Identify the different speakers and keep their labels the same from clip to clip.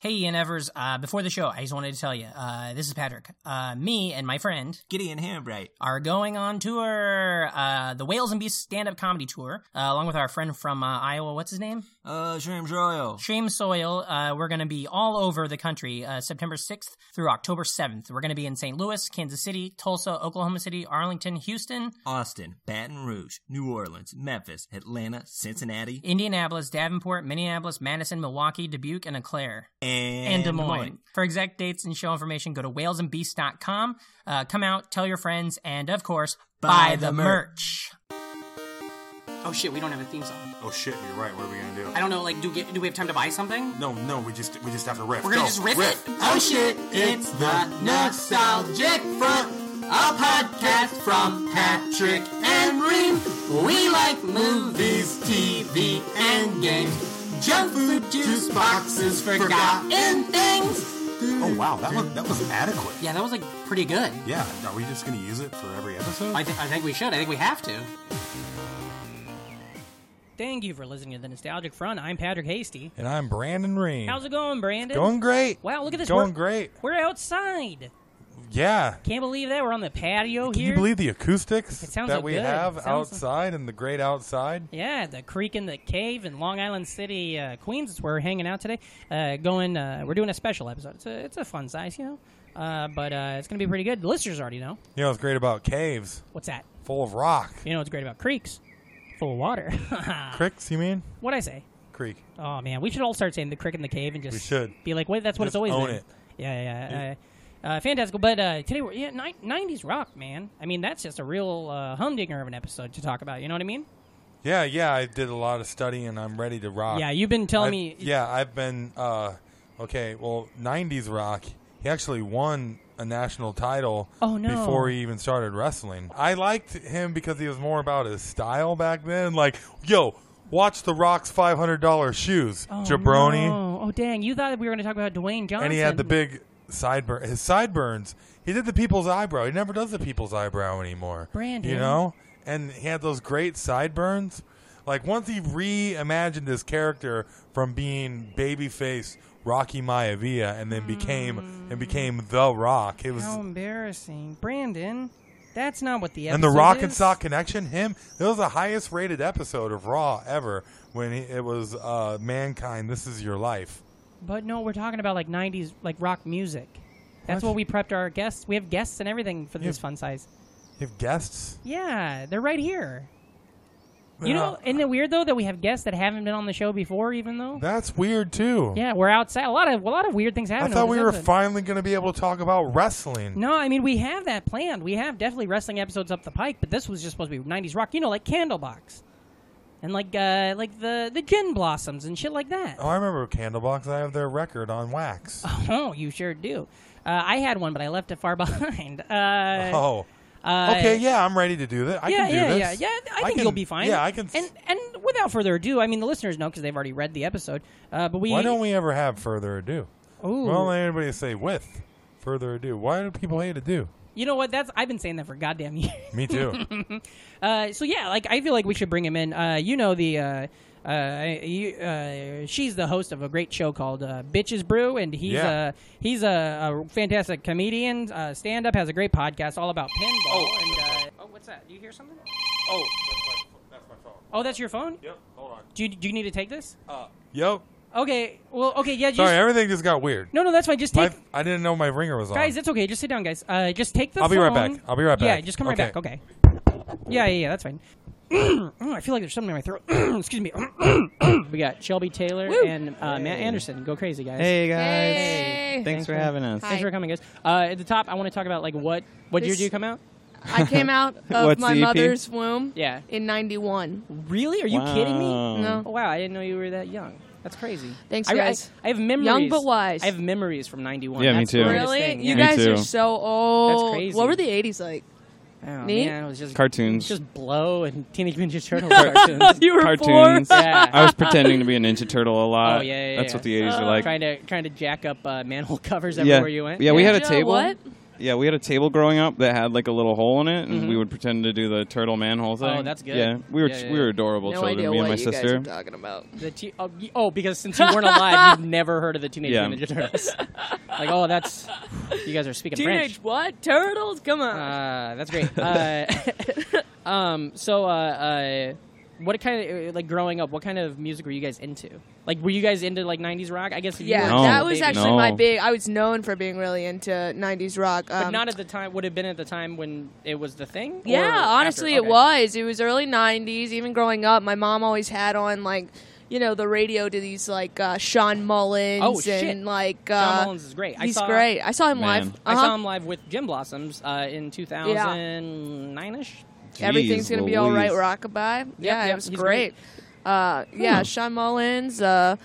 Speaker 1: Hey, Ian Evers. Uh, before the show, I just wanted to tell you uh, this is Patrick. Uh, me and my friend
Speaker 2: Gideon Hambright.
Speaker 1: are going on tour, uh, the Whales and Beasts stand up comedy tour, uh, along with our friend from uh, Iowa. What's his name?
Speaker 2: Uh, James Royal.
Speaker 1: Shame Soil. Uh, we're going to be all over the country uh, September 6th through October 7th. We're going to be in St. Louis, Kansas City, Tulsa, Oklahoma City, Arlington, Houston,
Speaker 2: Austin, Baton Rouge, New Orleans, Memphis, Atlanta, Cincinnati,
Speaker 1: Indianapolis, Davenport, Minneapolis, Madison, Milwaukee, Dubuque, and Eau Claire.
Speaker 2: and,
Speaker 1: and Des Moines. For exact dates and show information, go to whalesandbeasts.com. Uh, come out, tell your friends, and of course, buy, the, merch. Oh shit, we don't have a theme song.
Speaker 3: Oh shit, you're right. What are we gonna do?
Speaker 1: I don't know, like, do we, do we have time to buy something?
Speaker 3: No, no, we just we just have to riff.
Speaker 1: We're gonna
Speaker 3: Go,
Speaker 1: just riff, it?
Speaker 2: Oh shit, it's the Nostalgic Front, a podcast from Patrick and Reem. We like movies, TV, and games, junk food, juice boxes, forgotten things.
Speaker 3: Oh wow, that was that was adequate.
Speaker 1: Yeah, that was, like, pretty good.
Speaker 3: Yeah, are we just gonna use it for every episode?
Speaker 1: I, th- I think we should. I think we have to. Thank you for listening to The Nostalgic Front. I'm Patrick Hasty.
Speaker 4: And I'm Brandon Ream.
Speaker 1: How's it going, Brandon?
Speaker 4: Going great.
Speaker 1: Wow, look at this.
Speaker 4: Going
Speaker 1: We're-
Speaker 4: great.
Speaker 1: We're outside.
Speaker 4: Yeah.
Speaker 1: Can't believe that. We're on the patio
Speaker 4: Can
Speaker 1: here.
Speaker 4: you believe the acoustics
Speaker 1: It sounds
Speaker 4: that
Speaker 1: so
Speaker 4: we
Speaker 1: good.
Speaker 4: have
Speaker 1: It sounds so-
Speaker 4: outside and the great outside?
Speaker 1: Yeah, the creek in the cave in Long Island City, uh, Queens. is where We're hanging out today. Uh, going, uh, we're doing a special episode. It's a, it's a fun size, you know. Uh, but uh, it's gonna be pretty good. The listeners already know
Speaker 4: You know what's great about caves?
Speaker 1: what's that.
Speaker 4: Full of rock.
Speaker 1: You know what's great about creeks, full of water.
Speaker 4: Cricks, you mean?
Speaker 1: what I say?
Speaker 4: Creek.
Speaker 1: Oh man, we should all start saying the crick in the cave and just
Speaker 4: We should.
Speaker 1: be like, wait, that's what
Speaker 4: Just
Speaker 1: it's always
Speaker 4: own
Speaker 1: been.
Speaker 4: it.
Speaker 1: Yeah, yeah, yeah. Uh, uh, fantastic. But uh, today we're yeah, ni- '90s rock, man. I mean, that's just a real uh, humdinger of an episode to talk about. You know what I mean?
Speaker 4: Yeah, yeah, I did a lot of studying. and I'm ready to rock.
Speaker 1: yeah, you've been telling
Speaker 4: I've-
Speaker 1: me.
Speaker 4: Yeah, I've been. Uh, okay, well, 90s rock. He actually won a national title
Speaker 1: Oh, no.
Speaker 4: before he even started wrestling. I liked him because he was more about his style back then. Like, yo, watch The Rock's $500 shoes,
Speaker 1: Oh,
Speaker 4: jabroni.
Speaker 1: no. Oh dang! You thought we were going to talk about Dwayne Johnson,
Speaker 4: And he had the big sideburn. His sideburns. He did the people's eyebrow. He never does the people's eyebrow anymore.
Speaker 1: Brandon.
Speaker 4: You know? And he had those great sideburns. Like, once he reimagined his character from being babyface Rocky Maivia and then became and became The Rock. It was.
Speaker 1: How embarrassing, Brandon! That's not what the episode
Speaker 4: and the Rock
Speaker 1: is.
Speaker 4: and Sock connection, him, that was the highest rated episode of Raw ever when he, it was uh, Mankind, This Is Your Life.
Speaker 1: But no, we're talking about like '90s like rock music. That's what,
Speaker 4: What?
Speaker 1: we prepped our guests. We have guests and everything for this
Speaker 4: Yeah.
Speaker 1: fun size.
Speaker 4: You have guests?
Speaker 1: Yeah, they're right here. You know,
Speaker 4: Uh,
Speaker 1: isn't it weird though that we have guests that haven't been on the show before, even though?
Speaker 4: that's weird, too.
Speaker 1: yeah, we're outside. A lot of a lot of weird things
Speaker 4: I
Speaker 1: happen.
Speaker 4: thought
Speaker 1: on
Speaker 4: we
Speaker 1: this
Speaker 4: were
Speaker 1: episode.
Speaker 4: finally going to be able to talk about wrestling.
Speaker 1: No, I mean we have that planned. We have definitely wrestling episodes up the pike, but this was just supposed to be '90s rock. You know, like Candlebox, and like uh, like the the Gin Blossoms and shit like that.
Speaker 4: Oh, I remember Candlebox. I have their record on wax.
Speaker 1: Oh, you sure do. Uh, I had one, but I left it far behind. Uh,
Speaker 4: oh.
Speaker 1: uh,
Speaker 4: Okay, yeah, I'm ready to do that. I
Speaker 1: yeah,
Speaker 4: can do
Speaker 1: yeah,
Speaker 4: this.
Speaker 1: yeah, yeah. I, think
Speaker 4: can-
Speaker 1: you'll be fine.
Speaker 4: Yeah, I can.
Speaker 1: And and without further ado, I mean the listeners know because they've already read the episode. Uh, but we
Speaker 4: why don't we ever have further ado?
Speaker 1: Ooh.
Speaker 4: Why don't anybody say with further ado? Why do people hate ado?
Speaker 1: You know what? That's I've been saying that for goddamn years.
Speaker 4: Me too. Oh,
Speaker 1: Uh, so yeah, like I feel like we should bring him in. Uh, you know the. Uh, uh, you, uh, she's the host of a great show called uh, Bitches Brew, and he's
Speaker 4: Yeah.
Speaker 1: a he's a, a fantastic comedian, uh, stand up, has a great podcast all about pinball. and uh, oh, what's that? Do you hear something?
Speaker 4: oh, that's my phone.
Speaker 1: Oh, that's your phone.
Speaker 4: Yep, hold on.
Speaker 1: Do you, do you need to take this?
Speaker 4: Yep.
Speaker 1: Okay. Well, okay. Yeah. Just,
Speaker 4: Sorry, everything just got weird.
Speaker 1: No, no, that's fine. Just
Speaker 4: My-
Speaker 1: take,
Speaker 4: I didn't know my ringer was on.
Speaker 1: guys. It's okay. Just sit down, guys. Uh, just take the.
Speaker 4: I'll be right
Speaker 1: phone.
Speaker 4: back. I'll be right
Speaker 1: Yeah,
Speaker 4: back.
Speaker 1: just come right
Speaker 4: Okay.
Speaker 1: back. Okay. Yeah, yeah, yeah. That's fine. Mm, I feel like there's something in my throat. Excuse me. we got Shelby Taylor and uh, Matt Anderson. Go crazy, guys.
Speaker 5: Hey guys!
Speaker 6: Hey.
Speaker 5: Thanks, for having us.
Speaker 6: Hi.
Speaker 1: Thanks for coming, guys. Uh, at the top, I want to talk about like what what year
Speaker 6: This-
Speaker 1: do you come out?
Speaker 6: I came out of
Speaker 5: What's
Speaker 6: my
Speaker 5: the EP?
Speaker 6: mother's womb
Speaker 1: Yeah.
Speaker 6: in 91.
Speaker 1: Really? Are you kidding me?
Speaker 5: Wow.
Speaker 6: No.
Speaker 1: Oh, wow, I didn't know you were that young. That's crazy.
Speaker 6: Thanks,
Speaker 1: I, I-
Speaker 6: guys.
Speaker 1: I, have memories.
Speaker 6: but wise.
Speaker 1: I have memories from '91.
Speaker 5: Yeah, me
Speaker 1: That's
Speaker 5: too.
Speaker 1: The weirdest
Speaker 6: Really?
Speaker 1: Thing.
Speaker 6: You
Speaker 1: yeah.
Speaker 5: Me
Speaker 6: guys
Speaker 5: too.
Speaker 6: are so old.
Speaker 1: crazy.
Speaker 6: What were the 80s like?
Speaker 1: Oh,
Speaker 6: Neat.
Speaker 1: man, it was just
Speaker 5: Cartoons.
Speaker 1: just blow and Teenage Mutant Ninja Turtle cartoons.
Speaker 6: you were
Speaker 5: Cartoons.
Speaker 6: poor.
Speaker 1: Yeah.
Speaker 5: I was pretending to be a Ninja Turtle a lot.
Speaker 1: Oh, yeah, yeah,
Speaker 5: Uh, That's
Speaker 1: yeah.
Speaker 5: what the 80s are like.
Speaker 1: trying to trying to jack up uh, manhole covers
Speaker 5: yeah.
Speaker 1: everywhere you went.
Speaker 5: yeah, we had a
Speaker 6: Ninja
Speaker 5: table.
Speaker 6: what?
Speaker 5: yeah, we had a table growing up that had like a little hole in it, and we would pretend to do the turtle manhole thing.
Speaker 1: Mm-hmm. Oh, that's good.
Speaker 5: Yeah, we were
Speaker 1: Yeah, yeah,
Speaker 5: we were
Speaker 1: yeah.
Speaker 5: adorable
Speaker 6: no
Speaker 5: children.
Speaker 6: idea
Speaker 5: me
Speaker 6: what
Speaker 5: and my
Speaker 6: you guys
Speaker 5: sister.
Speaker 6: are talking about.
Speaker 1: The te- oh, y- oh, because since you weren't alive, you've never heard of the Teenage
Speaker 5: Yeah.
Speaker 1: Ninja Turtles. like, oh, that's you guys are speaking
Speaker 7: Teenage
Speaker 1: French.
Speaker 7: what? Turtles? Come on.
Speaker 1: Uh, that's great. Uh, um, so, uh, uh, what kind of uh, like growing up? What kind of music were you guys into? Like, were you guys into like '90s rock? I guess if you
Speaker 6: Yeah,
Speaker 1: were,
Speaker 5: No,
Speaker 6: that was
Speaker 1: maybe.
Speaker 6: actually my
Speaker 5: no.
Speaker 6: big. I was known for being really into '90s rock. Um,
Speaker 1: but not at the time. Would have been at the time when it was the thing. or
Speaker 6: Yeah,
Speaker 1: after?
Speaker 6: honestly,
Speaker 1: Okay.
Speaker 6: it was. It was early '90s. Even growing up, my mom always had on like, you know, the radio to these like uh, Sean Mullins
Speaker 1: Oh, shit.
Speaker 6: and like uh,
Speaker 1: John Mullins is great. I
Speaker 6: he's
Speaker 1: saw-
Speaker 6: great. I saw him
Speaker 5: Man.
Speaker 6: live.
Speaker 1: I
Speaker 6: Uh-huh.
Speaker 1: saw him live with Jim Blossoms uh, in 2009 ish.
Speaker 6: Uh-huh. Everything's gonna be all right. Rockabye. yeah,
Speaker 1: yep,
Speaker 6: it was
Speaker 1: he's
Speaker 6: great. Uh, yeah,
Speaker 1: Hmm.
Speaker 6: Sean Mullins. Uh,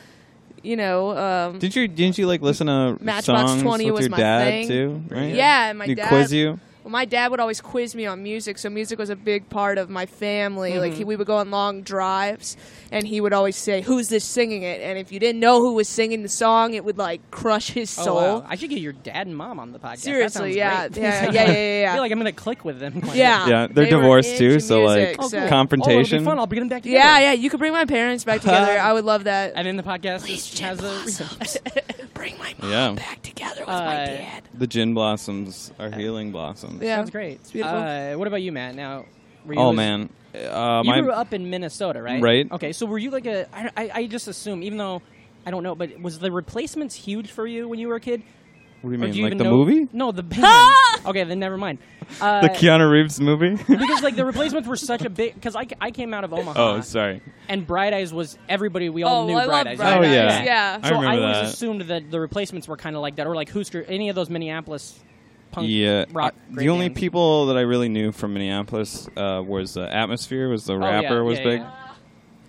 Speaker 6: you know, um,
Speaker 5: Did you didn't you like listen to
Speaker 6: Matchbox
Speaker 5: songs
Speaker 6: 20
Speaker 5: with
Speaker 6: was
Speaker 5: your
Speaker 6: my
Speaker 5: dad
Speaker 6: thing.
Speaker 5: too? Right?
Speaker 6: Yeah, and my
Speaker 5: He'd
Speaker 6: dad-
Speaker 5: quiz you.
Speaker 6: Well, my dad would always quiz me on music, so music was a big part of my family. Like he, we would go on long drives, and he would always say, "Who's this singing it?" And if you didn't know who was singing the song, it would like crush his
Speaker 1: Oh,
Speaker 6: soul.
Speaker 1: wow. I should get your dad and mom on the podcast. That sounds
Speaker 6: Seriously, yeah,
Speaker 1: great.
Speaker 6: yeah, yeah, yeah,
Speaker 1: I
Speaker 6: yeah, yeah.
Speaker 1: feel like I'm gonna click with them.
Speaker 6: yeah,
Speaker 5: Yeah, they're
Speaker 6: They were
Speaker 5: divorced too,
Speaker 6: into
Speaker 5: so like
Speaker 6: music,
Speaker 1: Oh, cool. Oh, it'll be
Speaker 5: confrontation.
Speaker 1: fun. I'll bring them back together.
Speaker 6: yeah, yeah. You could bring my parents back together. I would love that.
Speaker 1: And then the podcast is, has a.
Speaker 6: bring my
Speaker 5: Yeah.
Speaker 6: back together with
Speaker 1: Uh,
Speaker 5: The gin blossoms are healing blossoms.
Speaker 6: Yeah,
Speaker 1: Sounds great.
Speaker 6: It's beautiful.
Speaker 1: Uh, what about you, Matt? Now, were you
Speaker 5: Oh
Speaker 1: was-
Speaker 5: man, uh,
Speaker 1: you
Speaker 5: my
Speaker 1: grew up in Minnesota, right?
Speaker 5: Right.
Speaker 1: Okay, so were you like a? I, I, I just assume, even though I don't know, but was the replacements huge for you when you were a kid?
Speaker 5: what do you
Speaker 1: Or
Speaker 5: mean?
Speaker 1: do you
Speaker 5: like
Speaker 1: even
Speaker 5: the
Speaker 1: know-
Speaker 5: movie,
Speaker 1: No, the band. okay, then never mind. Uh,
Speaker 5: the Keanu Reeves movie.
Speaker 1: because like the replacements were such a big because I, I came out of Omaha
Speaker 5: oh, sorry.
Speaker 1: and Bright Eyes was everybody we all
Speaker 6: Oh,
Speaker 1: knew
Speaker 6: I
Speaker 1: Bright
Speaker 6: love
Speaker 1: Eyes.
Speaker 6: Bright
Speaker 5: Oh,
Speaker 1: right?
Speaker 5: yeah. Eyes,
Speaker 6: yeah.
Speaker 5: I
Speaker 1: so I
Speaker 5: remember
Speaker 1: always
Speaker 5: that.
Speaker 1: assumed that the replacements were kind of like that, or like Hoosker, any of those Minneapolis punk
Speaker 5: Yeah,
Speaker 1: rock.
Speaker 5: I-
Speaker 1: great
Speaker 5: the only
Speaker 1: bands.
Speaker 5: people that I really knew from Minneapolis uh, was uh, Atmosphere. Was the
Speaker 1: Oh, yeah,
Speaker 5: rapper was
Speaker 1: yeah,
Speaker 5: big,
Speaker 1: yeah.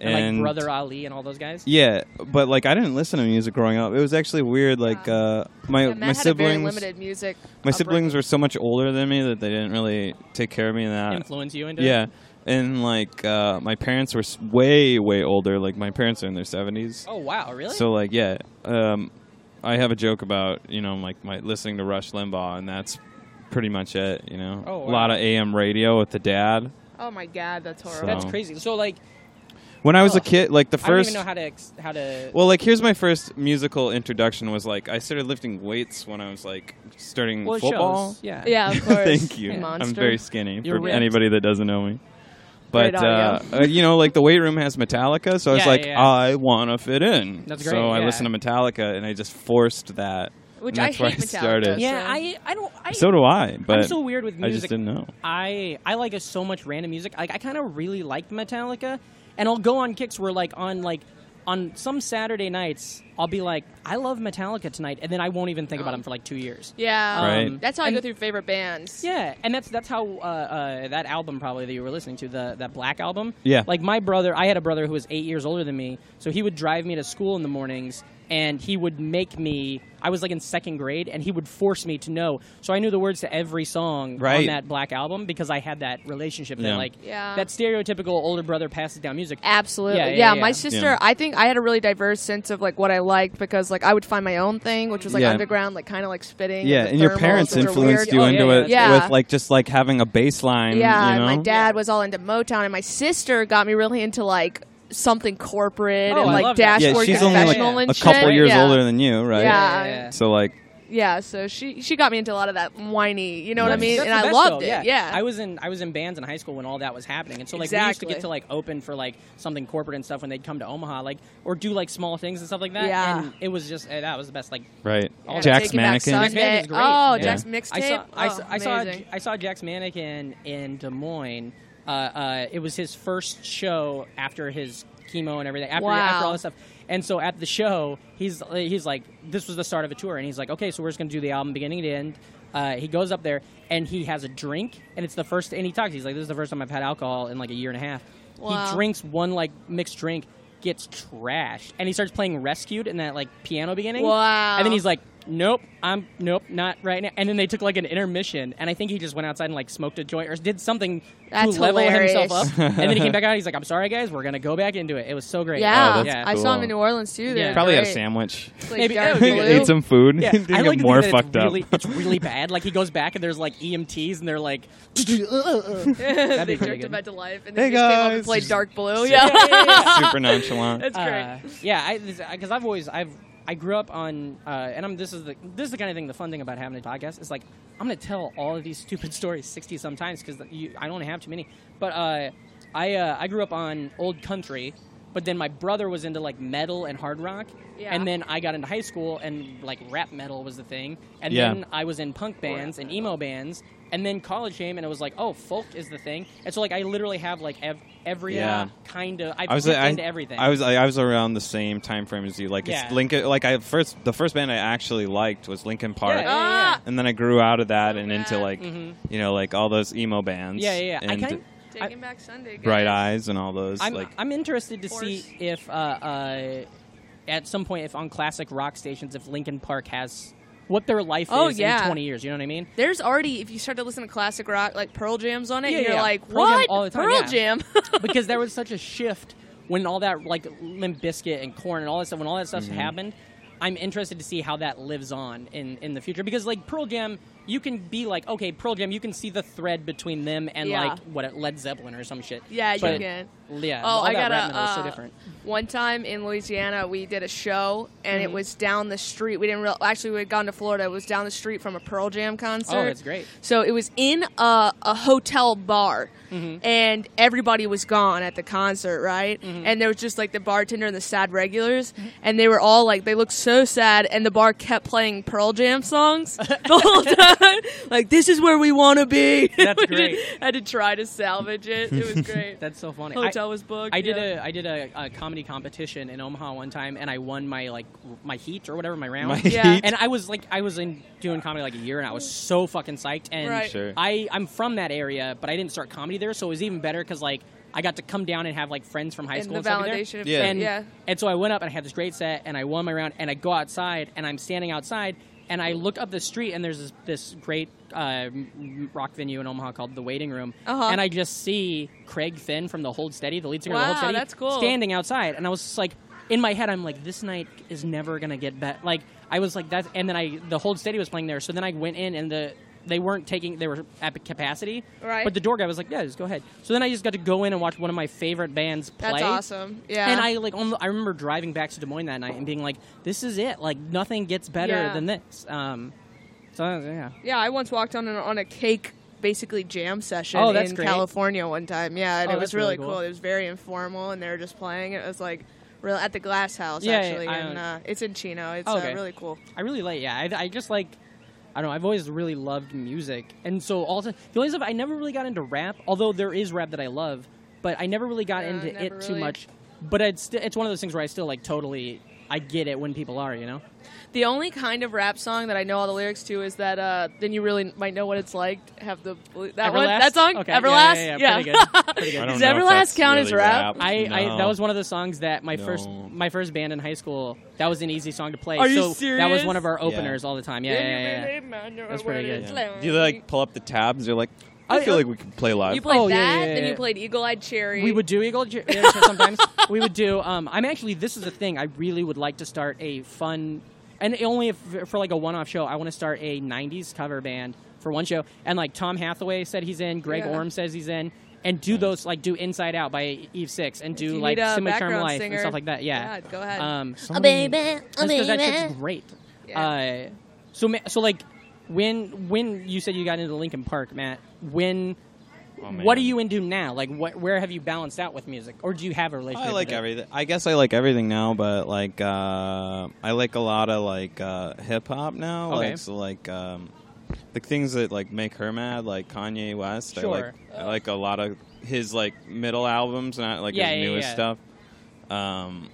Speaker 1: and like Brother Ali and all those guys.
Speaker 5: Yeah, but like I didn't listen to music growing up. It was actually weird. Like uh, my
Speaker 6: Yeah, Matt
Speaker 5: my
Speaker 6: had a very
Speaker 5: siblings,
Speaker 6: limited music.
Speaker 5: my siblings were so much older than me that they didn't really take care of me in that.
Speaker 1: Influence you into
Speaker 5: Yeah, and like uh, my parents were s- way way older. Like my parents are in their seventies.
Speaker 1: Oh wow, really?
Speaker 5: So like yeah, um, I have a joke about you know like my listening to Rush Limbaugh, and that's pretty much it. You know,
Speaker 1: Oh, wow.
Speaker 5: a lot of AM radio with the dad.
Speaker 6: Oh my god, that's horrible.
Speaker 1: that's
Speaker 5: Oh.
Speaker 1: crazy. So like
Speaker 5: When I was a
Speaker 1: Ugh.
Speaker 5: kid, like the
Speaker 1: Oh. I don't even
Speaker 5: first.
Speaker 1: know how to ex- how to.
Speaker 5: Well, like here's my first musical introduction was like I started lifting weights when I was like starting
Speaker 1: well, it
Speaker 5: football.
Speaker 1: shows. Yeah.
Speaker 6: Yeah, of course.
Speaker 5: Thank you.
Speaker 6: Monster.
Speaker 5: I'm very skinny
Speaker 1: You're
Speaker 5: for
Speaker 1: ripped.
Speaker 5: anybody that doesn't know me. But
Speaker 6: Great audio.
Speaker 5: uh, uh, you know, like the weight room has Metallica, so I was
Speaker 1: Yeah,
Speaker 5: like,
Speaker 1: yeah, yeah.
Speaker 5: I want to fit in.
Speaker 1: That's
Speaker 5: so
Speaker 1: great,
Speaker 5: I
Speaker 1: yeah.
Speaker 5: listened to Metallica, and I just forced that.
Speaker 6: Which
Speaker 5: and that's
Speaker 6: I
Speaker 5: where
Speaker 6: hate
Speaker 5: I started.
Speaker 6: Metallica.
Speaker 1: Yeah,
Speaker 6: So-
Speaker 1: I I don't. I,
Speaker 5: So do I. But
Speaker 1: I'm so weird with
Speaker 5: I
Speaker 1: music.
Speaker 5: just didn't know.
Speaker 1: I I like so much random music. Like I kind of really like Metallica, and I'll go on kicks where like on like on some Saturday nights I'll be like I love Metallica tonight, and then I won't even think about them for like two years.
Speaker 6: Yeah, um,
Speaker 5: Right.
Speaker 6: that's how I
Speaker 1: and-
Speaker 6: go through favorite bands.
Speaker 1: Yeah, and that's that's how uh, uh, that album probably that you were listening to the that Black album.
Speaker 5: Yeah.
Speaker 1: like my brother, I had a brother who was eight years older than me, so he would drive me to school in the mornings, and he would make me. I was like in second grade, and he would force me to know. So I knew the words to every song on
Speaker 5: Right.
Speaker 1: that Black album because I had that relationship. That
Speaker 5: Yeah.
Speaker 1: like
Speaker 6: Yeah.
Speaker 1: that stereotypical older brother passes down music.
Speaker 6: Absolutely.
Speaker 1: Yeah,
Speaker 6: Yeah,
Speaker 1: yeah, yeah.
Speaker 6: my sister,
Speaker 5: Yeah.
Speaker 6: I think I had a really diverse sense of like what I liked because like I would find my own thing, which was like
Speaker 5: Yeah.
Speaker 6: underground, like kind of like spitting.
Speaker 5: Yeah,
Speaker 6: the
Speaker 5: and your
Speaker 6: thermals,
Speaker 5: parents
Speaker 6: which are
Speaker 5: influenced
Speaker 6: weird.
Speaker 5: you
Speaker 1: Oh,
Speaker 5: into
Speaker 1: yeah, yeah,
Speaker 5: it
Speaker 6: that's- Yeah.
Speaker 5: with like just like having a bass line.
Speaker 6: Yeah,
Speaker 5: you know?
Speaker 6: and my dad was all into Motown, and my sister got me really into like something corporate
Speaker 1: Oh,
Speaker 6: and
Speaker 1: I
Speaker 6: like
Speaker 1: love that.
Speaker 5: Yeah,
Speaker 6: dashboard
Speaker 5: she's only like
Speaker 6: confessional and
Speaker 5: a
Speaker 6: shit.
Speaker 5: couple years
Speaker 6: yeah.
Speaker 5: older than you, right?
Speaker 6: Yeah.
Speaker 1: Yeah.
Speaker 5: So like,
Speaker 6: Yeah, so she she got me into a lot of that whiny, you know what I
Speaker 5: Nice.
Speaker 6: mean?
Speaker 1: That's
Speaker 6: and
Speaker 1: the
Speaker 6: I
Speaker 1: best,
Speaker 6: loved
Speaker 1: though,
Speaker 6: it.
Speaker 1: Yeah.
Speaker 6: Yeah.
Speaker 1: I was in I was in bands in high school when all that was happening, and so like we used to get
Speaker 6: Exactly.
Speaker 1: to like open for like something corporate and stuff when they'd come to Omaha, like or do like small things and stuff like that.
Speaker 6: Yeah.
Speaker 1: and it was just eh, that was the best. Like
Speaker 5: right?
Speaker 1: Yeah.
Speaker 5: Jack's
Speaker 6: Take It Back
Speaker 5: mannequin.
Speaker 6: Sunday.
Speaker 1: Mannequin's great.
Speaker 6: Oh,
Speaker 1: Yeah.
Speaker 6: Jack's
Speaker 1: I saw
Speaker 6: mixtape.
Speaker 1: I,
Speaker 6: Oh,
Speaker 1: saw, I saw
Speaker 6: amazing.
Speaker 1: I saw Jack's mannequin in Des Moines. Uh, uh, it was his first show after his chemo and everything. After,
Speaker 6: Wow.
Speaker 1: after all this stuff. And so at the show, he's he's like, this was the start of a tour, and he's like, okay, so we're just gonna do the album beginning to end. Uh, he goes up there and he has a drink, and it's the first. And he talks. He's like, this is the first time I've had alcohol in like a year and a half. He
Speaker 6: Wow.
Speaker 1: drinks one like mixed drink, gets trashed, and he starts playing "Rescued" in that like piano beginning.
Speaker 6: Wow.
Speaker 1: And then he's like, nope, I'm nope, not right now. And then they took like an intermission, and I think he just went outside and like smoked a joint or did something
Speaker 6: That's
Speaker 1: to level
Speaker 6: hilarious.
Speaker 1: himself up. and then he came back out. He's like, "I'm sorry, guys, we're gonna go back into it." It was so great.
Speaker 6: Yeah,
Speaker 5: Oh, that's
Speaker 6: I saw him
Speaker 5: cool.
Speaker 6: in New Orleans too. They're
Speaker 1: Yeah.
Speaker 5: Probably had a
Speaker 6: great.
Speaker 5: sandwich.
Speaker 6: Like
Speaker 1: Maybe-
Speaker 6: dark
Speaker 1: Maybe-
Speaker 6: blue.
Speaker 5: Ate some food.
Speaker 1: Yeah,
Speaker 5: didn't
Speaker 1: I like
Speaker 5: get
Speaker 1: to
Speaker 5: more
Speaker 1: think that
Speaker 5: fucked
Speaker 1: it's really,
Speaker 5: up.
Speaker 1: It's really bad. Like he goes back and there's like EMTs and they're like,
Speaker 6: they
Speaker 1: be pretty
Speaker 6: jerked him
Speaker 1: good.
Speaker 6: back to life, and
Speaker 5: Hey,
Speaker 6: then he just came up and
Speaker 5: guys.
Speaker 6: played
Speaker 5: Just-
Speaker 6: Dark Blue. Yeah,
Speaker 5: Super nonchalant.
Speaker 6: that's
Speaker 1: uh,
Speaker 6: great.
Speaker 1: yeah, because I've always I've I grew up on uh, and I'm this is the this is the kind of thing the fun thing about having a podcast is like I'm gonna tell all of these stupid stories sixty sometimes because I don't have too many. But uh, I uh, I grew up on old country, but then my brother was into like metal and hard rock,
Speaker 6: Yeah.
Speaker 1: and then I got into high school and like rap metal was the thing, and
Speaker 5: Yeah.
Speaker 1: then I was in punk bands and emo bands. And then college came, and it was like, oh, folk is the thing. And so, like, I literally have like ev- every
Speaker 5: Yeah.
Speaker 1: uh, kind of. I've
Speaker 5: I was
Speaker 1: looked
Speaker 5: I,
Speaker 1: into everything.
Speaker 5: I was I, I was around the same time frame as you. Like it's
Speaker 1: Yeah.
Speaker 5: Lincoln. Like I first the first band I actually liked was Linkin Park,
Speaker 1: Yeah, Oh. yeah,
Speaker 6: Ah,
Speaker 5: and then I grew out of that and
Speaker 6: yeah.
Speaker 5: into like
Speaker 1: Mhm.
Speaker 5: you know like all those emo bands.
Speaker 1: Yeah, yeah, yeah. I
Speaker 5: And
Speaker 1: kind I-
Speaker 6: taking back Sunday. guys.
Speaker 5: Bright Eyes and all those.
Speaker 1: I'm,
Speaker 5: like
Speaker 1: I'm interested to
Speaker 6: Horse.
Speaker 1: see if uh, uh, at some point, if on classic rock stations, if Linkin Park has what their life
Speaker 6: Oh,
Speaker 1: is
Speaker 6: yeah.
Speaker 1: in 20 years. You know what I mean?
Speaker 6: There's already if you start to listen to classic rock like Pearl Jam's on it,
Speaker 1: Yeah,
Speaker 6: you're
Speaker 1: yeah.
Speaker 6: like,
Speaker 1: Pearl Jam
Speaker 6: what?
Speaker 1: all the time,
Speaker 6: Pearl
Speaker 1: yeah.
Speaker 6: Jam.
Speaker 1: because there was such a shift when all that like Limp Biscuit and Corn and all that stuff when all that stuff's
Speaker 5: Mm-hmm.
Speaker 1: happened. I'm interested to see how that lives on in in the future because like Pearl Jam, you can be like, okay, Pearl Jam, you can see the thread between them and
Speaker 6: Yeah.
Speaker 1: like what Led Zeppelin or some shit.
Speaker 6: yeah, you
Speaker 1: But-
Speaker 6: can.
Speaker 1: Yeah.
Speaker 6: Oh,
Speaker 1: all
Speaker 6: I
Speaker 1: that
Speaker 6: got a.
Speaker 1: rap metal is so
Speaker 6: uh,
Speaker 1: different.
Speaker 6: One time in Louisiana, we did a show, and it
Speaker 1: Mhm.
Speaker 6: was down the street. We didn't real, actually. We had gone to Florida. It was down the street from a Pearl Jam concert.
Speaker 1: Oh, that's great.
Speaker 6: So it was in a, a hotel bar,
Speaker 1: Mm-hmm.
Speaker 6: and everybody was gone at the concert, right?
Speaker 1: Mm-hmm.
Speaker 6: And there was just like the bartender and the sad regulars, and they were all like, they looked so sad, and the bar kept playing Pearl Jam songs the whole time. like, this is where we want to be.
Speaker 1: That's
Speaker 6: We did-
Speaker 1: great.
Speaker 6: had to try to salvage it. It was great.
Speaker 1: That's so funny. I-
Speaker 6: hotel was booked.
Speaker 1: I did a
Speaker 6: yeah.
Speaker 1: I did a, a comedy competition in Omaha one time, and I won my like r- my heat or whatever my round.
Speaker 5: my
Speaker 6: Yeah.
Speaker 5: heat.
Speaker 1: And I was like, I was in doing comedy like a year, and I was so fucking psyched. And
Speaker 6: Right.
Speaker 5: Sure.
Speaker 1: I I'm from that area, but I didn't start comedy there, so it was even better because like I got to come down and have like friends from high
Speaker 6: and
Speaker 1: school
Speaker 6: the
Speaker 1: and stuff like that.
Speaker 6: validation of
Speaker 5: Yeah.
Speaker 1: And,
Speaker 6: yeah.
Speaker 1: and so I went up and I had this great set and I won my round and I go outside and I'm standing outside and I look up the street and there's this, this great uh, m- rock venue in Omaha called The Waiting Room
Speaker 6: Uh-huh.
Speaker 1: and I just see Craig Finn from the Hold Steady, the lead singer of
Speaker 6: Wow,
Speaker 1: the Hold Steady,
Speaker 6: that's cool.
Speaker 1: standing outside and I was just like in my head I'm like this night is never gonna get better like I was like that and then I the Hold Steady was playing there so then I went in and the they weren't taking they were at capacity
Speaker 6: Right.
Speaker 1: but the door guy was like yeah just go ahead so then I just got to go in and watch one of my favorite bands play
Speaker 6: That's awesome. Yeah.
Speaker 1: and I like on I remember driving back to Des Moines that night and being like, "This is it. Like nothing gets better
Speaker 6: Yeah.
Speaker 1: than this." Um, so yeah,
Speaker 6: yeah, I once walked on an, on a cake basically jam session
Speaker 1: Oh, that's
Speaker 6: in
Speaker 1: great.
Speaker 6: California one time. Yeah, and
Speaker 1: Oh,
Speaker 6: it was
Speaker 1: that's really
Speaker 6: really cool.
Speaker 1: cool.
Speaker 6: It was very informal and they were just playing. It was like real at the Glass House
Speaker 1: Yeah, yeah,
Speaker 6: actually
Speaker 1: I
Speaker 6: and
Speaker 1: own-
Speaker 6: uh, it's in Chino. It's
Speaker 1: Oh,
Speaker 6: uh,
Speaker 1: okay.
Speaker 6: really cool.
Speaker 1: I really like. Yeah, I, I just like. I don't know. I've always really loved music, and so also the only stuff I never really got into rap. Although there is rap that I love, but I never really got
Speaker 6: Yeah,
Speaker 1: into
Speaker 6: never
Speaker 1: it too
Speaker 6: really.
Speaker 1: much. But it's sti- it's one of those things where I still like totally. I get it when people are, you know.
Speaker 6: The only kind of rap song that I know all the lyrics to is that uh, then you really might know what it's like to have the that one
Speaker 1: Everlast?
Speaker 6: that song
Speaker 1: Okay, yeah,
Speaker 6: Everlast.
Speaker 1: yeah, yeah, pretty good. Pretty good.
Speaker 5: I don't
Speaker 6: Does
Speaker 5: know if
Speaker 6: Everlast
Speaker 5: that's
Speaker 6: count as
Speaker 5: really
Speaker 6: rap?
Speaker 1: I,
Speaker 5: No.
Speaker 1: I that was one of the songs that my first
Speaker 5: No.
Speaker 1: my first band in high school. That was an easy song to play.
Speaker 6: Are you
Speaker 1: so That was
Speaker 6: serious?
Speaker 1: one of our openers all the time. Yeah, yeah, yeah. yeah. That's pretty good.
Speaker 5: Do you like pull up the tabs? You're like, I
Speaker 1: I-
Speaker 5: feel like we can play live.
Speaker 6: You played
Speaker 1: Oh,
Speaker 6: that,
Speaker 1: yeah, yeah, yeah,
Speaker 6: then you
Speaker 1: yeah.
Speaker 6: played Eagle Eyed Cherry.
Speaker 1: We would do Eagle Jer- yeah, so sometimes. we would do. Um, I'm actually. This is the thing. I really would like to start a fun, and only if, for like a one-off show. I want to start a '90s cover band for one show. And like Tom Hathaway said he's in. Greg
Speaker 6: Yeah.
Speaker 1: Orm says he's in. And do those like do Inside Out by Eve Six and
Speaker 6: If
Speaker 1: do
Speaker 6: you
Speaker 1: like
Speaker 6: need a
Speaker 1: Semi Charm
Speaker 6: background
Speaker 1: Life
Speaker 6: singer,
Speaker 1: and stuff like that. Yeah.
Speaker 6: yeah, go ahead.
Speaker 1: Um,
Speaker 5: Oh,
Speaker 7: baby, oh,
Speaker 1: That's 'cause that
Speaker 7: baby.
Speaker 1: shit's great.
Speaker 6: Yeah.
Speaker 1: Uh, so ma- so like when when you said you got into Lincoln Park, Matt, when
Speaker 5: Oh,
Speaker 1: what are you into now? Like what where have you balanced out with music, or do you have a relationship?
Speaker 5: I like
Speaker 1: with it?
Speaker 5: everything. I guess I like everything now, but like uh, I like a lot of like uh, hip hop now.
Speaker 1: Okay.
Speaker 5: Like so like um, the things that like make her mad, like Kanye West.
Speaker 1: Sure.
Speaker 5: I like I like a lot of his like middle albums, not like
Speaker 1: Yeah,
Speaker 5: his
Speaker 1: yeah,
Speaker 5: newest
Speaker 1: yeah.
Speaker 5: stuff. Um,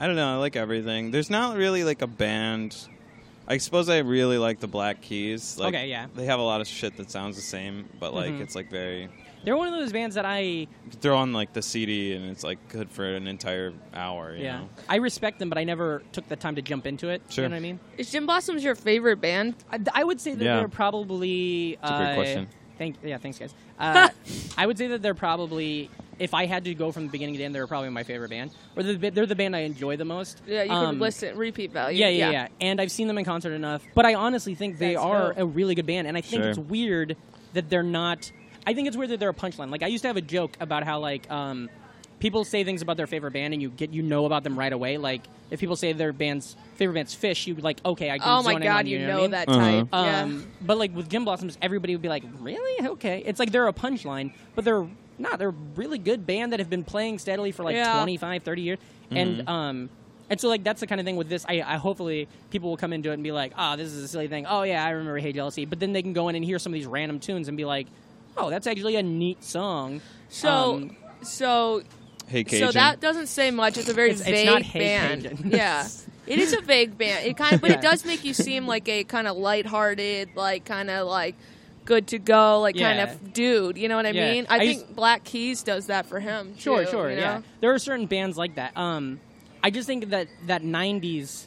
Speaker 5: I don't know. I like everything. There's not really like a band. I suppose I really like the Black Keys. Like,
Speaker 1: Okay, yeah.
Speaker 5: They have a lot of shit that sounds the same, but like
Speaker 1: Mhm.
Speaker 5: it's like very
Speaker 1: They're one of those bands that I
Speaker 5: They're on like the CD, and it's like good for an entire hour. You
Speaker 1: yeah
Speaker 5: Know?
Speaker 1: I respect them, but I never took the time to jump into it.
Speaker 5: Sure.
Speaker 1: You know what I mean?
Speaker 6: Is Jim Blossom's your favorite band?
Speaker 1: I, I would say that
Speaker 5: Yeah.
Speaker 1: they're probably.
Speaker 5: a great
Speaker 1: uh,
Speaker 5: question.
Speaker 1: Thank yeah, thanks guys. Uh, I would say that they're probably. If I had to go from the beginning to the end, they're probably my favorite band, or the, they're the band I enjoy the most.
Speaker 6: Yeah, you
Speaker 1: Um,
Speaker 6: can listen repeat value.
Speaker 1: Yeah, yeah, yeah, And I've seen them in concert enough, but I honestly think they
Speaker 6: That's
Speaker 1: are
Speaker 6: dope.
Speaker 1: a really good band, and I think
Speaker 5: Sure.
Speaker 1: it's weird that they're not. I think it's weird that they're a punchline. Like I used to have a joke about how like um, people say things about their favorite band, and you get you know about them right away. Like if people say their band's favorite band's Fish, you like okay, I can
Speaker 6: Oh my
Speaker 1: zone in on
Speaker 6: god,
Speaker 1: you, know,
Speaker 6: you know
Speaker 1: what I mean?
Speaker 6: that
Speaker 5: Uh-huh.
Speaker 6: type.
Speaker 1: Um, But like with Jim Blossoms, everybody would be like, "Really? Okay." It's like they're a punchline, but they're not. They're a really good band that have been playing steadily for like
Speaker 6: Yeah.
Speaker 1: 25, 30 years, and um, and so like that's the kind of thing with this. I, I hopefully people will come into it and be like, "Ah, this is a silly thing." Oh yeah, I remember Hey Jealousy, but then they can go in and hear some of these random tunes and be like, "Oh, that's actually a neat song."
Speaker 6: yeah. So
Speaker 1: Um,
Speaker 6: so
Speaker 5: Hey, Cajun.
Speaker 6: so that doesn't say much. It's a very
Speaker 1: It's-
Speaker 6: vague
Speaker 1: it's not Hey
Speaker 6: band.
Speaker 1: Cajun.
Speaker 6: Yeah. It is a vague band. It kind of, but
Speaker 1: Yeah.
Speaker 6: it does make you seem like a kind of lighthearted, like kind of like good to go, like kind
Speaker 1: Yeah.
Speaker 6: of dude. You know what I
Speaker 1: Yeah.
Speaker 6: mean? I,
Speaker 1: I
Speaker 6: think
Speaker 1: used-
Speaker 6: Black Keys does that for him.
Speaker 1: Sure,
Speaker 6: too,
Speaker 1: sure,
Speaker 6: you know?
Speaker 1: yeah. There are certain bands like that. Um, I just think that that '90s,